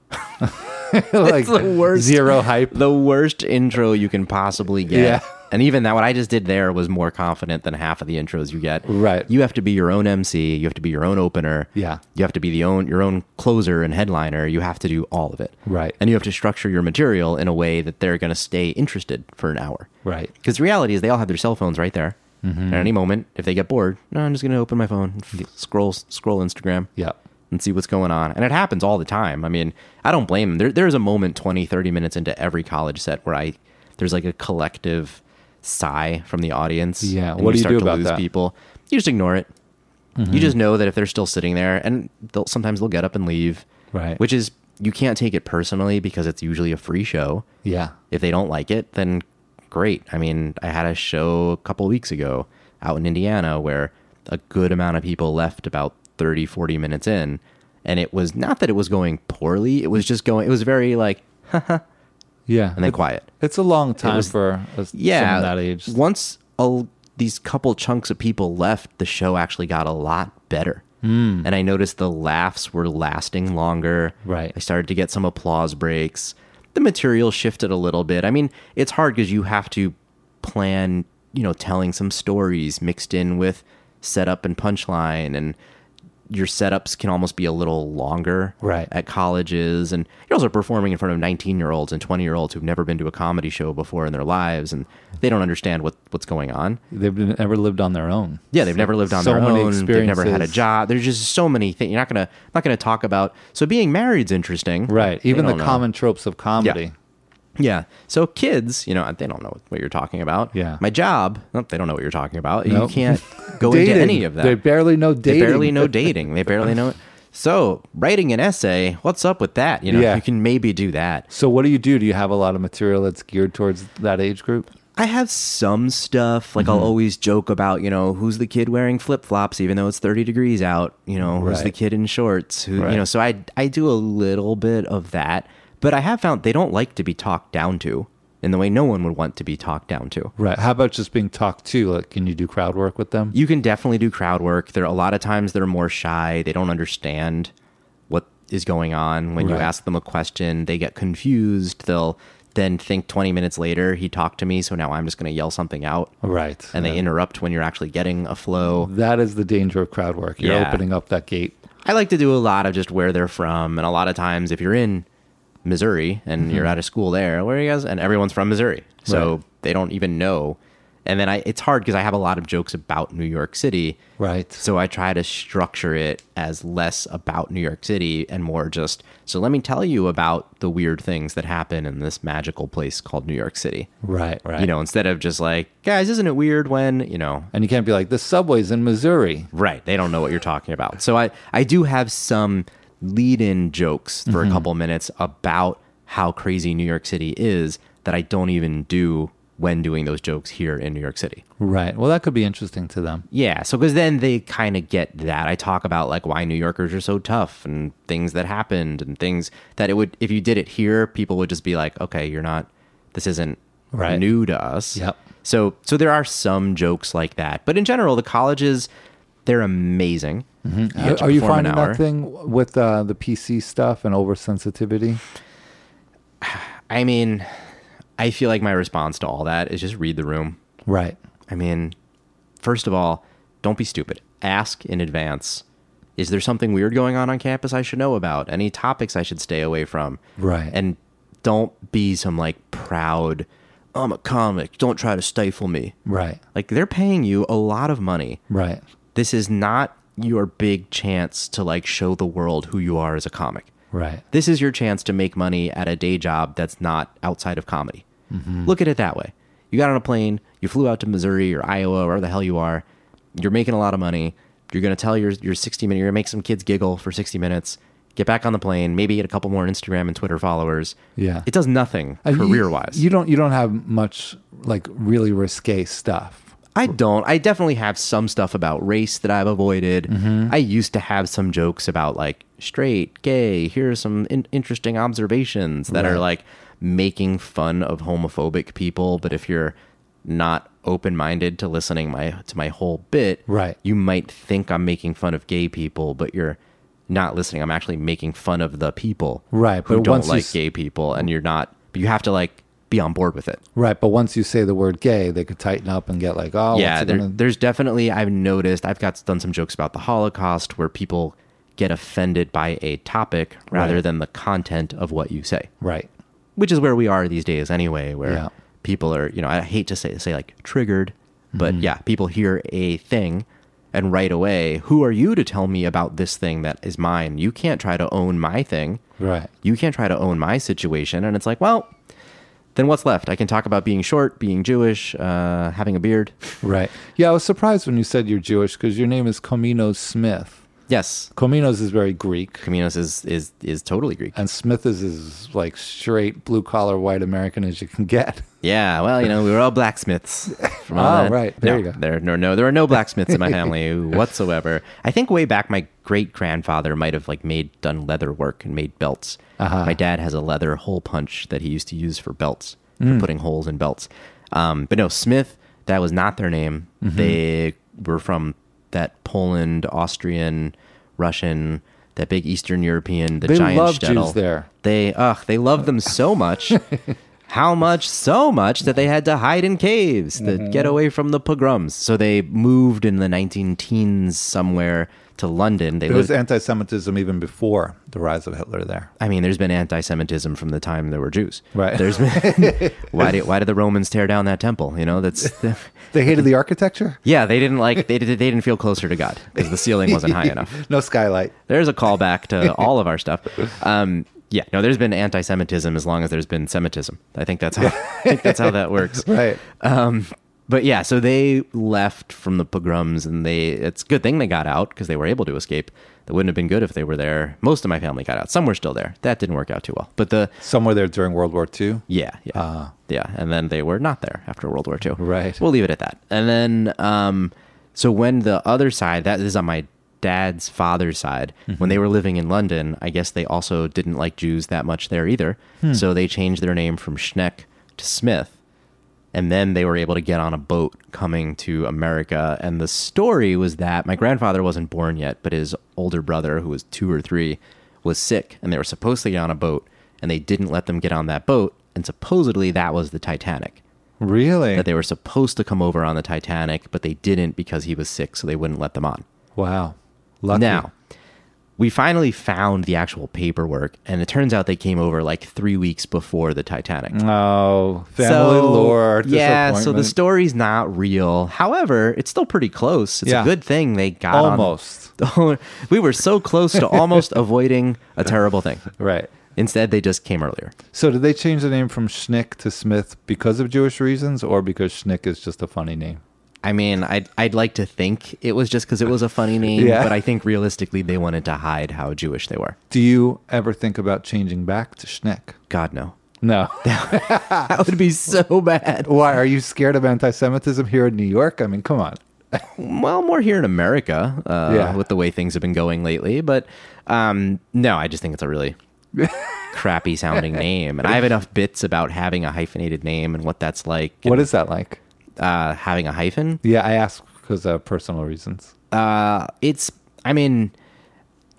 [SPEAKER 2] like
[SPEAKER 1] the worst.
[SPEAKER 2] Zero hype.
[SPEAKER 1] The worst intro you can possibly get.
[SPEAKER 2] Yeah.
[SPEAKER 1] And even that, what I just did there was more confident than half of the intros you get.
[SPEAKER 2] Right.
[SPEAKER 1] You have to be your own MC. You have to be your own opener.
[SPEAKER 2] Yeah.
[SPEAKER 1] You have to be the own your own closer and headliner. You have to do all of it.
[SPEAKER 2] Right.
[SPEAKER 1] And you have to structure your material in a way that they're going to stay interested for an hour.
[SPEAKER 2] Right.
[SPEAKER 1] Because the reality is they all have their cell phones right there.
[SPEAKER 2] Mm-hmm.
[SPEAKER 1] And at any moment, if they get bored, no, I'm just going to open my phone, f- scroll, scroll Instagram
[SPEAKER 2] Yeah.
[SPEAKER 1] and see what's going on. And it happens all the time. I mean, I don't blame them. There, there's a moment 20, 30 minutes into every college set where I, there's like a collective sigh from the audience.
[SPEAKER 2] Yeah.
[SPEAKER 1] and
[SPEAKER 2] What do you
[SPEAKER 1] start
[SPEAKER 2] do
[SPEAKER 1] to
[SPEAKER 2] about
[SPEAKER 1] lose
[SPEAKER 2] that? Mm-hmm.
[SPEAKER 1] people. You just ignore it. You just know that if they're still sitting there and they'll, sometimes they'll get up and leave,
[SPEAKER 2] Right.
[SPEAKER 1] which is, you can't take it personally because it's usually a free show
[SPEAKER 2] Yeah.
[SPEAKER 1] if they don't like it, then great. I mean, I had a show a couple weeks ago out in Indiana where a good amount of people left about 30, 40 minutes in. And it was not that it was going poorly. It was just going, it was very like,
[SPEAKER 2] Yeah.
[SPEAKER 1] and then
[SPEAKER 2] It-
[SPEAKER 1] quiet.
[SPEAKER 2] It's a long time
[SPEAKER 1] was-
[SPEAKER 2] for a,
[SPEAKER 1] Yeah.
[SPEAKER 2] someone that age.
[SPEAKER 1] Once a, these couple chunks of people left, the show actually got a lot better.
[SPEAKER 2] Hmm.
[SPEAKER 1] Mm. And I noticed the laughs were lasting longer.
[SPEAKER 2] Right.
[SPEAKER 1] I started to get some applause breaks. The material shifted a little bit. I mean, it's hard because you have to plan, you know, telling some stories mixed in with setup and punchline and your setups can almost be a little longer
[SPEAKER 2] Right.
[SPEAKER 1] at colleges and you're also performing in front of 19 year olds and 20 year olds who've never been to a comedy show before in their lives and they don't understand what what's going on
[SPEAKER 2] They've been- never lived on their own.
[SPEAKER 1] yeah, they've never lived on
[SPEAKER 2] so
[SPEAKER 1] their
[SPEAKER 2] many
[SPEAKER 1] own. They've never had a
[SPEAKER 2] experiences.
[SPEAKER 1] job. There's just so many things. You're not gonna not gonna talk about. So being married's interesting,
[SPEAKER 2] Right.
[SPEAKER 1] They
[SPEAKER 2] Even the
[SPEAKER 1] don't know.
[SPEAKER 2] common tropes of comedy.
[SPEAKER 1] Yeah. So kids, you know, they don't know what you're talking about.
[SPEAKER 2] Yeah.
[SPEAKER 1] My job, nope, they don't know what you're talking about. You
[SPEAKER 2] Nope.
[SPEAKER 1] can't go into
[SPEAKER 2] Dating.
[SPEAKER 1] any of that.
[SPEAKER 2] They barely know dating.
[SPEAKER 1] They barely know dating. They barely know. So writing an essay, what's up with that? You know,
[SPEAKER 2] Yeah.
[SPEAKER 1] you can maybe do that.
[SPEAKER 2] So what do you do? Do you have a lot of material that's geared towards that age group?
[SPEAKER 1] I have some stuff.
[SPEAKER 2] Mm-hmm.
[SPEAKER 1] Like I'll always joke about, you know, who's the kid wearing flip flops, even though it's thirty degrees out. You know, who's the
[SPEAKER 2] Right.
[SPEAKER 1] kid in shorts? Who,
[SPEAKER 2] Right.
[SPEAKER 1] you know? So I I do a little bit of that, but I have found they don't like to be talked down to in the way no one would want to be talked down to.
[SPEAKER 2] Right. How about just being talked to? Like, can you do crowd work with them?
[SPEAKER 1] You can definitely do crowd work. There are a lot of times they're more shy. They don't understand what is going on. When you
[SPEAKER 2] Right.
[SPEAKER 1] ask them a question, they get confused. They'll then think 20 minutes later, he talked to me, so now I'm just going to yell something out.
[SPEAKER 2] Right.
[SPEAKER 1] And they
[SPEAKER 2] Yeah.
[SPEAKER 1] interrupt when you're actually getting a flow.
[SPEAKER 2] that is the danger of crowd work. You're
[SPEAKER 1] Yeah.
[SPEAKER 2] opening up that gate.
[SPEAKER 1] I like to do a lot of just where they're from. And a lot of times, if you're in Missouri and you're out of school there, where are you guys? And everyone's from Missouri. So
[SPEAKER 2] Mm-hmm. Right.
[SPEAKER 1] they don't even know. And then I, it's hard because I have a lot of jokes about New York City.
[SPEAKER 2] Right.
[SPEAKER 1] So I try to structure it as less about New York City and more just, so let me tell you about the weird things that happen in this magical place called New York City.
[SPEAKER 2] Right. Right.
[SPEAKER 1] You know, instead of just like, guys, isn't it weird when, you know,
[SPEAKER 2] and you can't be like the subways in Missouri.
[SPEAKER 1] Right. They don't know what you're talking about. So I, I do have some lead in jokes for a couple minutes about how crazy New York City is that I don't even do when doing those jokes here in New York City.
[SPEAKER 2] Right. Well, that could be interesting to them.
[SPEAKER 1] Yeah. So, because then they kind of get that. I talk about like why New Yorkers are so tough and things that happened and things that it would, if you did it here, people would just be like, okay, you're not, this isn't
[SPEAKER 2] Right.
[SPEAKER 1] new to us.
[SPEAKER 2] Yep.
[SPEAKER 1] So, so there are some jokes like that. But in general, the colleges, they're amazing. You get
[SPEAKER 2] Are,
[SPEAKER 1] to
[SPEAKER 2] Mm-hmm. are you
[SPEAKER 1] perform an
[SPEAKER 2] finding
[SPEAKER 1] hour.
[SPEAKER 2] that thing with uh, the PC stuff and oversensitivity?
[SPEAKER 1] I mean, I feel like my response to all that is just read the room.
[SPEAKER 2] Right.
[SPEAKER 1] I mean, first of all, don't be stupid. Ask in advance. Is there something weird going on on campus I should know about? Any topics I should stay away from?
[SPEAKER 2] Right.
[SPEAKER 1] And don't be some like proud, I'm a comic. Don't try to stifle me.
[SPEAKER 2] Right.
[SPEAKER 1] Like they're paying you a lot of money.
[SPEAKER 2] Right.
[SPEAKER 1] This is not your big chance to like show the world who you are as a comic
[SPEAKER 2] Right.
[SPEAKER 1] this is your chance to make money at a day job that's not outside of comedy.
[SPEAKER 2] Mm-hmm.
[SPEAKER 1] Look at it that way. You got on a plane, you flew out to Missouri or Iowa or wherever the hell you are. You're making a lot of money. You're going to tell your, your 60 minutes, you're going to make some kids giggle for 60 minutes, get back on the plane, maybe get a couple more Instagram and Twitter followers.
[SPEAKER 2] Yeah.
[SPEAKER 1] It does nothing
[SPEAKER 2] And you-
[SPEAKER 1] career wise.
[SPEAKER 2] you don't you don't have much like really risque stuff.
[SPEAKER 1] I don't. I definitely have some stuff about race that I've avoided.
[SPEAKER 2] Mm-hmm.
[SPEAKER 1] I used to have some jokes about like straight, gay. Here are some in- interesting observations that are
[SPEAKER 2] Right.
[SPEAKER 1] like making fun of homophobic people. But if you're not open minded to listening my to my whole bit,
[SPEAKER 2] Right.
[SPEAKER 1] you might think I'm making fun of gay people, but you're not listening. I'm actually making fun of the people
[SPEAKER 2] Right,
[SPEAKER 1] who
[SPEAKER 2] but
[SPEAKER 1] don't
[SPEAKER 2] once you
[SPEAKER 1] like
[SPEAKER 2] s-
[SPEAKER 1] gay people, and you're not. But you have to like be on board with it.
[SPEAKER 2] Right, but once you say the word gay, they could tighten up and get like, oh,
[SPEAKER 1] yeah,
[SPEAKER 2] what's it
[SPEAKER 1] there,
[SPEAKER 2] gonna-
[SPEAKER 1] there's definitely I've noticed I've got done some jokes about the Holocaust where people get offended by a topic rather
[SPEAKER 2] Right.
[SPEAKER 1] than the content of what you say,
[SPEAKER 2] right,
[SPEAKER 1] which is where we are these days anyway, where
[SPEAKER 2] Yeah.
[SPEAKER 1] people are you know I hate to say say like triggered, but
[SPEAKER 2] Mm-hmm.
[SPEAKER 1] yeah, people hear a thing and right away, who are you to tell me about this thing that is mine? You can't try to own my thing.
[SPEAKER 2] right,
[SPEAKER 1] You can't try to own my situation. And it's like, well, then what's left? I can talk about being short, being Jewish, uh, having a beard.
[SPEAKER 2] right. Yeah, I was surprised when you said you're Jewish because your name is Comino Smith.
[SPEAKER 1] Yes.
[SPEAKER 2] Cominos is very Greek,
[SPEAKER 1] Communos is is is totally Greek.
[SPEAKER 2] and Smith is as like straight blue collar white American as you can get.
[SPEAKER 1] Yeah, well, you know, we were all blacksmiths. From all
[SPEAKER 2] Oh,
[SPEAKER 1] that.
[SPEAKER 2] right. There
[SPEAKER 1] no,
[SPEAKER 2] you go.
[SPEAKER 1] There, no, no, there are no blacksmiths in my family whatsoever. I think way back, my great grandfather might have like made done leather work and made belts.
[SPEAKER 2] Uh-huh.
[SPEAKER 1] My dad has a leather hole punch that he used to use for belts,
[SPEAKER 2] Mm.
[SPEAKER 1] for putting holes in belts. Um, but no, Smith. That was not their name.
[SPEAKER 2] Mm-hmm.
[SPEAKER 1] They were from that Poland, Austrian, Russian, that big Eastern European, the
[SPEAKER 2] They
[SPEAKER 1] giant
[SPEAKER 2] love Jews
[SPEAKER 1] shtetl.
[SPEAKER 2] there.
[SPEAKER 1] They ugh, they loved them so much. How much? So much that they had to hide in caves to
[SPEAKER 2] Mm-hmm.
[SPEAKER 1] get away from the pogroms. So they moved in the 19 teens somewhere to London. They
[SPEAKER 2] There was
[SPEAKER 1] lived,
[SPEAKER 2] anti-Semitism even before the rise of Hitler there.
[SPEAKER 1] I mean, there's been anti-Semitism from the time there were Jews.
[SPEAKER 2] Right.
[SPEAKER 1] There's been why did why did the Romans tear down that temple? You know, that's
[SPEAKER 2] They hated the architecture.
[SPEAKER 1] yeah. They didn't like they did, they didn't feel closer to God because the ceiling wasn't high enough.
[SPEAKER 2] No skylight.
[SPEAKER 1] there's a callback to all of our stuff. Um, yeah, no, there's been anti-Semitism as long as there's been Semitism. I think that's how I think that's how that works.
[SPEAKER 2] Right.
[SPEAKER 1] Um, But yeah, so they left from the pogroms, and they it's a good thing they got out because they were able to escape. That wouldn't have been good if they were there. Most of my family got out. Some were still there. That didn't work out too well. But the
[SPEAKER 2] Somewhere there during World War II.
[SPEAKER 1] yeah, yeah, yeah, and then they were not there after World War II.
[SPEAKER 2] Right.
[SPEAKER 1] We'll leave it at that. And then, um, so when the other side, that is on my dad's father's side, when they were living in London, I guess they also didn't like Jews that much there either. So they changed their name from Schneck to Smith. And then they were able to get on a boat coming to America. And the story was that my grandfather wasn't born yet, but his older brother, who was two or three, was sick. And they were supposed to get on a boat, and they didn't let them get on that boat. And supposedly that was the Titanic,
[SPEAKER 2] Really?
[SPEAKER 1] that they were supposed to come over on the Titanic, but they didn't because he was sick, so they wouldn't let them on.
[SPEAKER 2] wow. Lucky.
[SPEAKER 1] Now, we finally found the actual paperwork, and it turns out they came over like three weeks before the Titanic.
[SPEAKER 2] Oh, family lore.
[SPEAKER 1] Yeah, so the
[SPEAKER 2] disappointment.
[SPEAKER 1] story's not real. However, it's still pretty close. It's
[SPEAKER 2] Yeah.
[SPEAKER 1] a good thing they got on-
[SPEAKER 2] Almost.
[SPEAKER 1] we were so close to almost avoiding a terrible thing.
[SPEAKER 2] Right.
[SPEAKER 1] Instead, they just came earlier.
[SPEAKER 2] So did they change the name from Schnick to Smith because of Jewish reasons or because Schnick is just a funny name?
[SPEAKER 1] I mean, I'd, I'd like to think it was just because it was a funny name,
[SPEAKER 2] Yeah.
[SPEAKER 1] but I think realistically they wanted to hide how Jewish they were.
[SPEAKER 2] Do you ever think about changing back to Schnick?
[SPEAKER 1] God, no.
[SPEAKER 2] No.
[SPEAKER 1] That would be so bad.
[SPEAKER 2] Why are you scared of anti-Semitism here in New York? I mean, come on.
[SPEAKER 1] Well, more here in America uh,
[SPEAKER 2] Yeah.
[SPEAKER 1] with the way things have been going lately, but um, no, I just think it's a really crappy sounding name. And I have enough bits about having a hyphenated name and what that's like.
[SPEAKER 2] What is that like?
[SPEAKER 1] uh, having a hyphen?
[SPEAKER 2] Yeah, I ask because of personal reasons.
[SPEAKER 1] Uh, it's, I mean,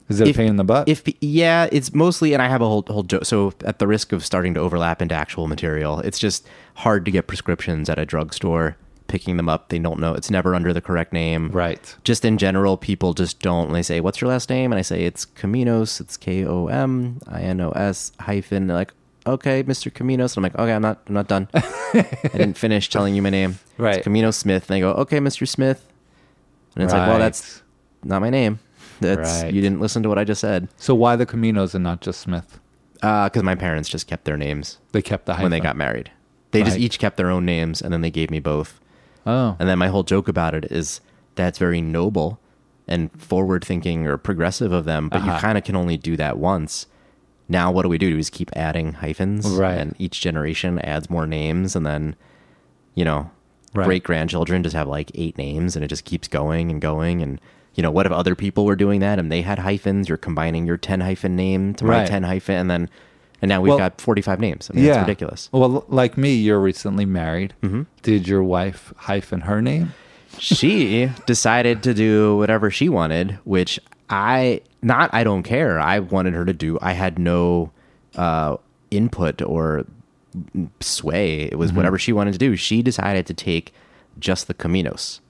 [SPEAKER 2] Is it
[SPEAKER 1] If-
[SPEAKER 2] a pain in the butt?
[SPEAKER 1] If yeah, it's mostly, and I have a whole whole joke. So at the risk of starting to overlap into actual material, it's just hard to get prescriptions at a drugstore. Picking them up, they don't know. It's never under the correct name.
[SPEAKER 2] right.
[SPEAKER 1] Just in general, people just don't. They say, "What's your last name?" And I say, "It's Caminos. It's K O M I N O S hyphen." They're like, "Okay, Mister Caminos." And I'm like, "Okay, I'm not. I'm not done. I didn't finish telling you my name.
[SPEAKER 2] Right.
[SPEAKER 1] It's Camino Smith." And they go, "Okay, Mister Smith." And it's like, "Well,
[SPEAKER 2] Right.
[SPEAKER 1] that's not my name. That's
[SPEAKER 2] Right.
[SPEAKER 1] you didn't listen to what I just said."
[SPEAKER 2] So why the Caminos and not just Smith?
[SPEAKER 1] because my parents just kept their names
[SPEAKER 2] They kept the hyphen.
[SPEAKER 1] when they got married. They just
[SPEAKER 2] Right.
[SPEAKER 1] each kept their own names, and then they gave me both.
[SPEAKER 2] Oh.
[SPEAKER 1] And then my whole joke about it is that's very noble and forward-thinking or progressive of them, but
[SPEAKER 2] Uh-huh.
[SPEAKER 1] you kind of can only do that once. Now, what do we do? Do we just keep adding hyphens?
[SPEAKER 2] Right.
[SPEAKER 1] And each generation adds more names, and then, you know,
[SPEAKER 2] Right.
[SPEAKER 1] great grandchildren just have like eight names, and it just keeps going and going. And you know, what if other people were doing that and they had hyphens? You're combining your ten hyphen name to my
[SPEAKER 2] Right.
[SPEAKER 1] ten hyphen, and then, and now we've
[SPEAKER 2] Well-
[SPEAKER 1] got forty five names. I mean, that's ridiculous.
[SPEAKER 2] Well, l- like me, you're recently married. Mm-hmm. Did your wife hyphen her name?
[SPEAKER 1] she decided to do whatever she wanted, which I not I don't care. I wanted her to do. I had no uh, input or sway. It was whatever she wanted to do. She decided to take just the Caminos,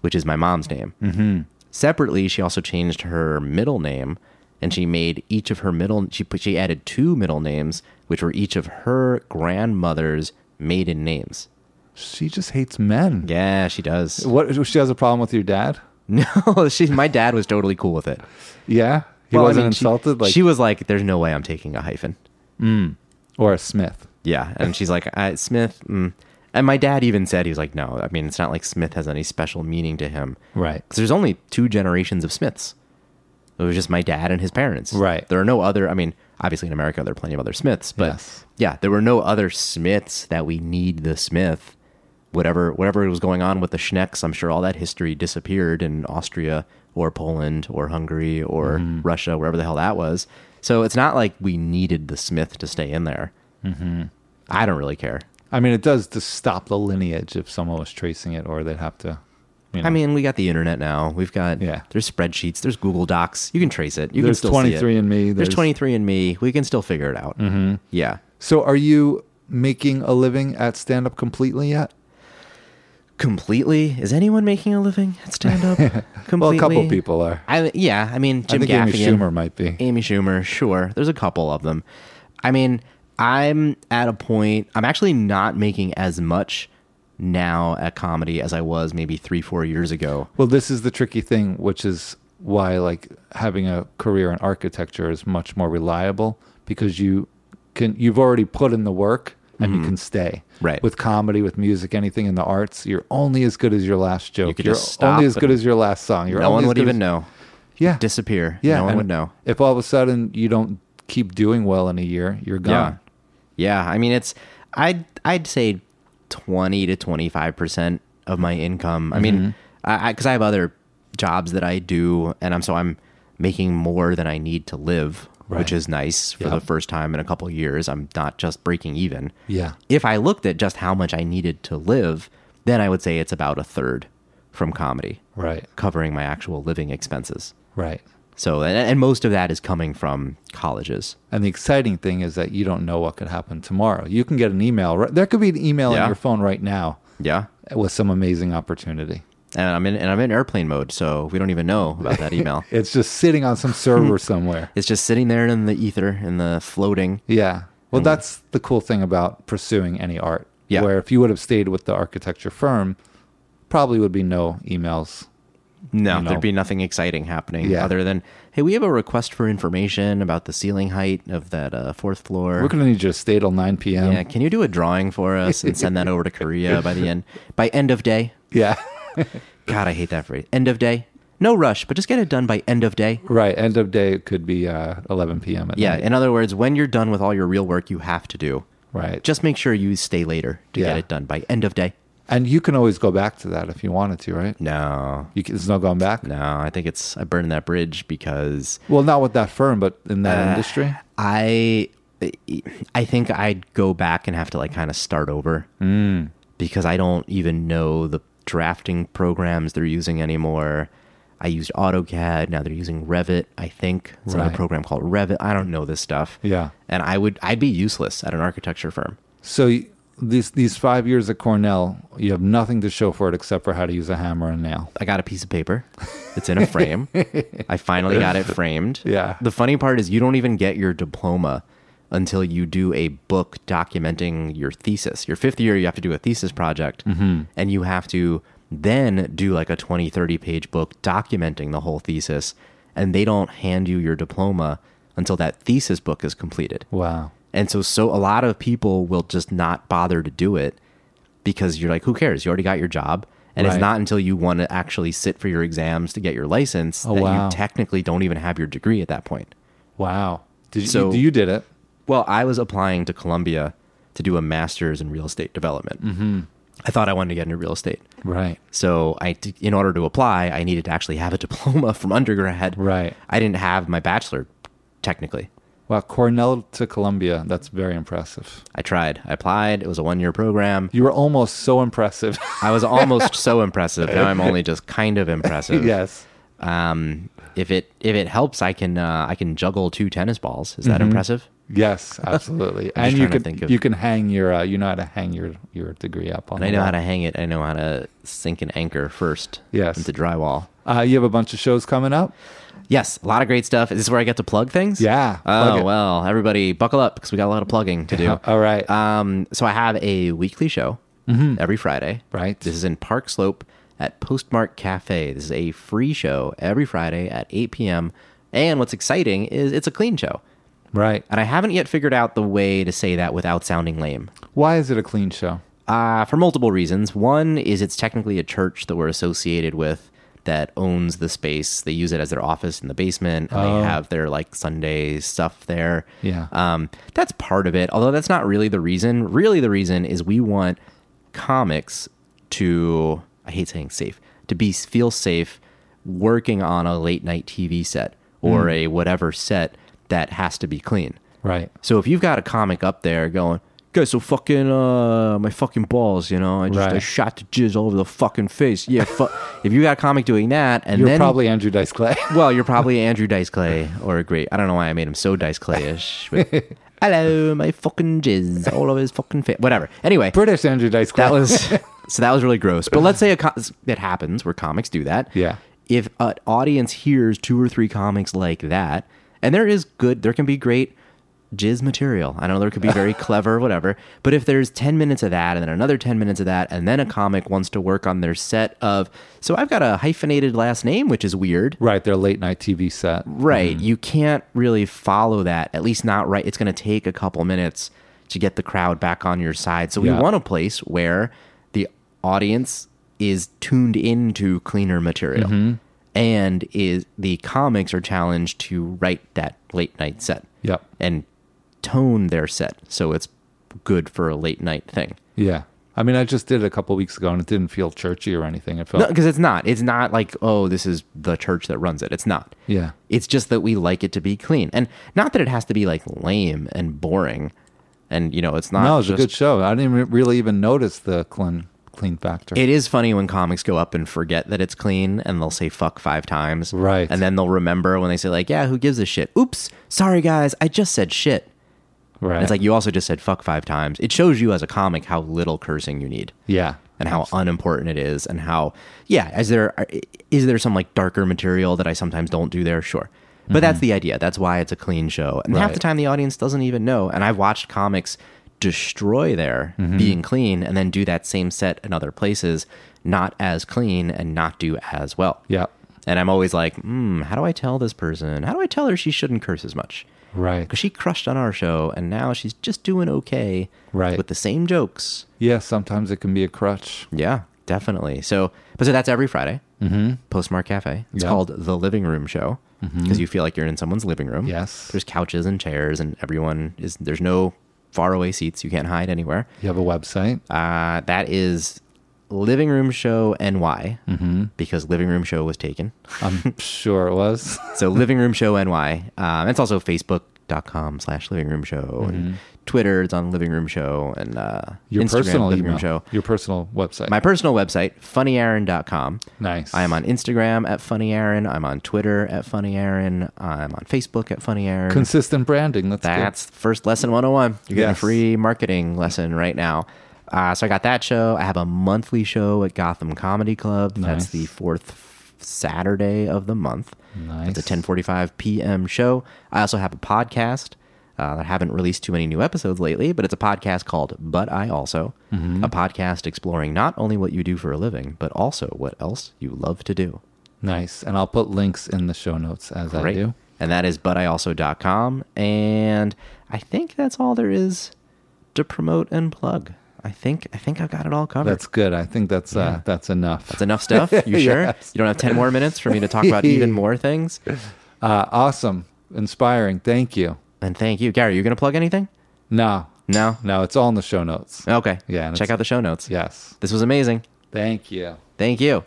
[SPEAKER 1] which is my mom's name. Mm-hmm. Separately, she also changed her middle name, and she made each of her middle she put she added two middle names, which were each of her grandmother's maiden names.
[SPEAKER 2] She just hates men.
[SPEAKER 1] Yeah, she does.
[SPEAKER 2] What? She has a problem with your dad?
[SPEAKER 1] No, she. My dad was totally cool with it.
[SPEAKER 2] Yeah. He
[SPEAKER 1] Well, I
[SPEAKER 2] wasn't
[SPEAKER 1] mean, she-
[SPEAKER 2] insulted, like
[SPEAKER 1] she was like, "There's no way I'm taking a hyphen."
[SPEAKER 2] or a Smith.
[SPEAKER 1] Yeah, and she's like, I, "Smith." Mm. And my dad even said he was like, "No, I mean, it's not like Smith has any special meaning to him,
[SPEAKER 2] Right.
[SPEAKER 1] 'Cause there's only two generations of Smiths. It was just my dad and his parents,
[SPEAKER 2] Right.
[SPEAKER 1] There are no other. I mean, obviously in America there are plenty of other Smiths, but
[SPEAKER 2] Yes.
[SPEAKER 1] yeah, there were no other Smiths that we need the Smith. Whatever, whatever was going on with the Schnecks, I'm sure all that history disappeared in Austria or Poland or Hungary or
[SPEAKER 2] Mm-hmm.
[SPEAKER 1] Russia, wherever the hell that was. So it's not like we needed the Smith to stay in there. Mm-hmm. I don't really care.
[SPEAKER 2] I mean, it does to stop the lineage if someone was tracing it, or they'd have to. You know.
[SPEAKER 1] I mean, we got the internet now. We've got
[SPEAKER 2] Yeah.
[SPEAKER 1] There's spreadsheets. There's Google Docs. You can trace it. You
[SPEAKER 2] There's
[SPEAKER 1] can still see it.
[SPEAKER 2] 23andMe,
[SPEAKER 1] There's
[SPEAKER 2] there's-
[SPEAKER 1] 23andMe. We can still figure it out. Mm-hmm. Yeah.
[SPEAKER 2] so are you making a living at stand up completely yet?
[SPEAKER 1] Completely. Is anyone making a living at stand up? Completely.
[SPEAKER 2] Well, a couple people are.
[SPEAKER 1] I yeah. I mean, Jim
[SPEAKER 2] I think Amy
[SPEAKER 1] Gaffigan,
[SPEAKER 2] Schumer might be.
[SPEAKER 1] Amy Schumer, sure. There's a couple of them. I mean, I'm at a point, I'm actually not making as much now at comedy as I was maybe three, four years ago.
[SPEAKER 2] Well, this is the tricky thing, which is why like having a career in architecture is much more reliable because you can you've already put in the work and you can stay.
[SPEAKER 1] Mm-hmm. Right.
[SPEAKER 2] With comedy, with music, anything in the arts, you're only as good as your last joke.
[SPEAKER 1] could
[SPEAKER 2] are
[SPEAKER 1] just stop
[SPEAKER 2] only as
[SPEAKER 1] and
[SPEAKER 2] good as your last song. You're
[SPEAKER 1] no
[SPEAKER 2] only
[SPEAKER 1] one
[SPEAKER 2] as
[SPEAKER 1] would
[SPEAKER 2] good
[SPEAKER 1] even
[SPEAKER 2] as-
[SPEAKER 1] know.
[SPEAKER 2] Yeah.
[SPEAKER 1] Disappear.
[SPEAKER 2] yeah.
[SPEAKER 1] No one
[SPEAKER 2] and
[SPEAKER 1] would know.
[SPEAKER 2] If all of a sudden you don't keep doing well in a year, you're gone.
[SPEAKER 1] Yeah. Yeah. I mean, it's I'd I'd say twenty to twenty five percent of my income. I
[SPEAKER 2] Mm-hmm.
[SPEAKER 1] mean, I because I, have other jobs that I do, and I'm so I'm making more than I need to live,
[SPEAKER 2] Right.
[SPEAKER 1] which is nice for
[SPEAKER 2] Yeah.
[SPEAKER 1] the first time in a couple of years. I'm not just breaking even.
[SPEAKER 2] Yeah.
[SPEAKER 1] If I looked at just how much I needed to live, then I would say it's about a third from comedy
[SPEAKER 2] Right.
[SPEAKER 1] covering my actual living expenses.
[SPEAKER 2] Right.
[SPEAKER 1] So, and, and most of that is coming from colleges.
[SPEAKER 2] And the exciting thing is that you don't know what could happen tomorrow. You can get an email. right- There could be an email
[SPEAKER 1] Yeah.
[SPEAKER 2] on your phone right now
[SPEAKER 1] Yeah.
[SPEAKER 2] with some amazing opportunity.
[SPEAKER 1] and I'm in and I'm in airplane mode, so we don't even know about that email.
[SPEAKER 2] It's just sitting on some server somewhere.
[SPEAKER 1] it's just sitting there in the ether in the floating.
[SPEAKER 2] Yeah. Well, that's the cool thing about pursuing any art.
[SPEAKER 1] Mm. Yeah.
[SPEAKER 2] Where if you would have stayed with the architecture firm, probably would be no emails.
[SPEAKER 1] No,
[SPEAKER 2] You know.
[SPEAKER 1] there'd be nothing exciting happening
[SPEAKER 2] Yeah.
[SPEAKER 1] other than hey, we have a request for information about the ceiling height of that uh, fourth floor.
[SPEAKER 2] We're going to need you to stay till 9 p.m.
[SPEAKER 1] yeah, can you do a drawing for us and send that over to Korea by the end by end of day?
[SPEAKER 2] Yeah.
[SPEAKER 1] God, I hate that phrase. End of day. No rush, but just get it done by end of day.
[SPEAKER 2] right. End of day could be uh, 11 p.m. At
[SPEAKER 1] Yeah,
[SPEAKER 2] night.
[SPEAKER 1] in other words, when you're done with all your real work you have to do,
[SPEAKER 2] right.
[SPEAKER 1] just make sure you stay later to
[SPEAKER 2] Yeah.
[SPEAKER 1] get it done by end of day.
[SPEAKER 2] and you can always go back to that if you wanted to, right?
[SPEAKER 1] No.
[SPEAKER 2] You can, there's no going back.
[SPEAKER 1] No, I think it's I burned that bridge because
[SPEAKER 2] Well, not with that firm, but in that
[SPEAKER 1] Uh,
[SPEAKER 2] industry.
[SPEAKER 1] I I think I'd go back and have to like kind of start over
[SPEAKER 2] Mm.
[SPEAKER 1] because I don't even know the drafting programs they're using anymore. I used AutoCAD. Now they're using Revit. I think it's another
[SPEAKER 2] Right.
[SPEAKER 1] program called Revit. I don't know this stuff.
[SPEAKER 2] Yeah.
[SPEAKER 1] and I would I'd be useless at an architecture firm.
[SPEAKER 2] So y- these these five years at Cornell, you have nothing to show for it except for how to use a hammer and nail.
[SPEAKER 1] I got a piece of paper. It's in a frame. I finally got it framed.
[SPEAKER 2] Yeah.
[SPEAKER 1] The funny part is you don't even get your diploma until you do a book documenting your thesis. Your fifth year, you have to do a thesis project and you have to then do like a 20, 30 page book documenting the whole thesis. And they don't hand you your diploma until that thesis book is completed.
[SPEAKER 2] Wow.
[SPEAKER 1] And so, so a lot of people will just not bother to do it because you're like, who cares? You already got your job. And
[SPEAKER 2] Right.
[SPEAKER 1] it's not until you want to actually sit for your exams to get your license
[SPEAKER 2] Oh,
[SPEAKER 1] that
[SPEAKER 2] wow.
[SPEAKER 1] you technically don't even have your degree at that point.
[SPEAKER 2] Wow. Did you,
[SPEAKER 1] So-
[SPEAKER 2] you, you did it?
[SPEAKER 1] Well, I was applying to Columbia to do a master's in real estate development. Mm-hmm. I thought I wanted to get into real estate.
[SPEAKER 2] Right.
[SPEAKER 1] So I, t- in order to apply, I needed to actually have a diploma from undergrad.
[SPEAKER 2] Right.
[SPEAKER 1] I didn't have my bachelor, technically.
[SPEAKER 2] Wow. Cornell to Columbia. That's very impressive.
[SPEAKER 1] I tried. I applied. It was a one-year program.
[SPEAKER 2] You were almost so impressive.
[SPEAKER 1] I was almost so impressive. Now I'm only just kind of impressive.
[SPEAKER 2] yes.
[SPEAKER 1] Um, if it if it helps, I can uh, I can juggle two tennis balls. Is that
[SPEAKER 2] Mm-hmm.
[SPEAKER 1] impressive?
[SPEAKER 2] Yes, absolutely.
[SPEAKER 1] I'm just
[SPEAKER 2] and you
[SPEAKER 1] trying to
[SPEAKER 2] can
[SPEAKER 1] think of-
[SPEAKER 2] you can hang your uh, you know how to hang your your degree up on.
[SPEAKER 1] And I
[SPEAKER 2] the
[SPEAKER 1] know
[SPEAKER 2] wall.
[SPEAKER 1] how to hang it. I know how to sink an anchor first.
[SPEAKER 2] Yes.
[SPEAKER 1] Into drywall.
[SPEAKER 2] Uh, you have a bunch of shows coming up.
[SPEAKER 1] Yes, a lot of great stuff. Is this where I get to plug things?
[SPEAKER 2] Yeah, plug
[SPEAKER 1] Oh
[SPEAKER 2] it.
[SPEAKER 1] well, everybody, buckle up because we got a lot of plugging to do.
[SPEAKER 2] All right. Mm-hmm.
[SPEAKER 1] Um, so I have a weekly show every Friday.
[SPEAKER 2] Right.
[SPEAKER 1] This is in Park Slope at Postmark Cafe. This is a free show every Friday at 8 p.m. And what's exciting is it's a clean show.
[SPEAKER 2] right.
[SPEAKER 1] And I haven't yet figured out the way to say that without sounding lame.
[SPEAKER 2] Why is it a clean show?
[SPEAKER 1] Uh, for multiple reasons. One is it's technically a church that we're associated with that owns the space. They use it as their office in the basement, and they have their like Sunday stuff there.
[SPEAKER 2] Yeah.
[SPEAKER 1] um, that's part of it. Although that's not really the reason. Really, the reason is we want comics to I hate saying safe to be feel safe working on a late night TV set or a whatever set that has to be clean.
[SPEAKER 2] Right.
[SPEAKER 1] So if you've got a comic up there going, guys, so fucking uh, my fucking balls, you know, I just I
[SPEAKER 2] Right.
[SPEAKER 1] shot the jizz all over the fucking face. Yeah, fu-. if you got a comic doing that, and
[SPEAKER 2] You're
[SPEAKER 1] then
[SPEAKER 2] probably Andrew Dice Clay.
[SPEAKER 1] well, you're probably Andrew Dice Clay or a great. I don't know why I made him so Dice Clayish. But, Hello, my fucking jizz all over his fucking face. Whatever. Anyway,
[SPEAKER 2] British Andrew Dice Clay.
[SPEAKER 1] that was so that was really gross. But let's say a co- it happens where comics do that.
[SPEAKER 2] Yeah.
[SPEAKER 1] If an audience hears two or three comics like that, and there is good, there can be great jizz material. I know there could be very clever, whatever. But if there's ten minutes of that, and then another ten minutes of that, and then a comic wants to work on their set of, so I've got a hyphenated last name, which is weird.
[SPEAKER 2] right. Their late night TV set.
[SPEAKER 1] Right. You can't really follow that, at least not right. It's going to take a couple minutes to get the crowd back on your side. So we
[SPEAKER 2] Yeah.
[SPEAKER 1] want a place where the audience is tuned into cleaner material. And is the comics are challenged to write that late night set
[SPEAKER 2] Yep.
[SPEAKER 1] and tone their set so it's good for a late night thing.
[SPEAKER 2] Yeah. I mean, I just did it a couple weeks ago and it didn't feel churchy or anything. It felt
[SPEAKER 1] No, because it's not. It's not like, oh, this is the church that runs it. It's not.
[SPEAKER 2] Yeah.
[SPEAKER 1] It's just that we like it to be clean. And not that it has to be like lame and boring. And, you know, it's not.
[SPEAKER 2] No, it's a
[SPEAKER 1] just,
[SPEAKER 2] good show. I didn't re- really even notice the clean clean factor.
[SPEAKER 1] It is funny when comics go up and forget that it's clean and they'll say fuck five times.
[SPEAKER 2] Right.
[SPEAKER 1] And then they'll remember when they say, like, yeah, who gives a shit? Oops. Sorry, guys. I just said shit.
[SPEAKER 2] right.
[SPEAKER 1] And it's like, you also just said fuck five times. It shows you as a comic how little cursing you need.
[SPEAKER 2] yeah.
[SPEAKER 1] and how unimportant it is and how yeah is there is there some like darker material that i sometimes don't do there sure but that's the idea that's why it's a clean show and half the
[SPEAKER 2] Mm-hmm. Right.
[SPEAKER 1] time the audience doesn't even know and i've watched comics destroy there
[SPEAKER 2] Mm-hmm.
[SPEAKER 1] being clean and then do that same set in other places not as clean and not do as well
[SPEAKER 2] Yeah.
[SPEAKER 1] and i'm always like hmm how do i tell this person how do i tell her she shouldn't curse as much
[SPEAKER 2] Right.
[SPEAKER 1] because she crushed on our show and now she's just doing okay
[SPEAKER 2] Right.
[SPEAKER 1] with the same jokes
[SPEAKER 2] Yeah. Sometimes it can be a crutch.
[SPEAKER 1] yeah, definitely. So, but so that's every Friday. Mm-hmm. Postmark Cafe. It's
[SPEAKER 2] Yeah. Mm-hmm.
[SPEAKER 1] called the Living Room Show because you feel like you're in someone's living room.
[SPEAKER 2] Yes.
[SPEAKER 1] There's couches and chairs, and everyone is there's no faraway seats. You can't hide anywhere.
[SPEAKER 2] You have a website.
[SPEAKER 1] Uh, that is Living Room Show NY
[SPEAKER 2] Mm.
[SPEAKER 1] because Living Room Show was taken.
[SPEAKER 2] Mm-hmm. I'm sure it was.
[SPEAKER 1] So Living Room Show NY. Um, it's also Facebook.com slash Living Room Show and Twitter. It's on Living Room Show and uh,
[SPEAKER 2] Mm-hmm. Your
[SPEAKER 1] Instagram
[SPEAKER 2] personal
[SPEAKER 1] Living
[SPEAKER 2] email.
[SPEAKER 1] Room Show.
[SPEAKER 2] Your personal website.
[SPEAKER 1] My personal website, funnyaaron.com.
[SPEAKER 2] nice.
[SPEAKER 1] I am on Instagram at Funny Aaron. I'm on Twitter at Funny Aaron. I'm on Facebook at Funny Aaron.
[SPEAKER 2] consistent branding. That's good.
[SPEAKER 1] That's first lesson 101. You're getting a
[SPEAKER 2] Yes.
[SPEAKER 1] free marketing lesson right now. Uh, so I got that show. I have a monthly show at Gotham Comedy Club.
[SPEAKER 2] Nice.
[SPEAKER 1] That's the fourth Saturday of the month.
[SPEAKER 2] Nice.
[SPEAKER 1] It's a 10:45 p.m. show. I also have a podcast. Uh, I haven't released too many new episodes lately, but it's a podcast called "But I Also,"
[SPEAKER 2] Mm-hmm.
[SPEAKER 1] a podcast exploring not only what you do for a living, but also what else you love to do.
[SPEAKER 2] nice. And I'll put links in the show notes as I
[SPEAKER 1] Right.
[SPEAKER 2] do.
[SPEAKER 1] And that is butialso.com. And I think that's all there is to promote and plug. I think I think I've got it all covered.
[SPEAKER 2] That's good. I think that's uh, that's enough.
[SPEAKER 1] That's enough stuff. You sure? You don't have ten more minutes for me to talk about even more things.
[SPEAKER 2] uh, awesome. Inspiring. Thank you.
[SPEAKER 1] And thank you, Gary. Are you going to plug anything?
[SPEAKER 2] No.
[SPEAKER 1] No.
[SPEAKER 2] No. It's all in the show notes.
[SPEAKER 1] Okay.
[SPEAKER 2] Yeah, and
[SPEAKER 1] Check
[SPEAKER 2] it's-
[SPEAKER 1] out the show notes.
[SPEAKER 2] Yes.
[SPEAKER 1] This was amazing.
[SPEAKER 2] Thank you.
[SPEAKER 1] Thank you.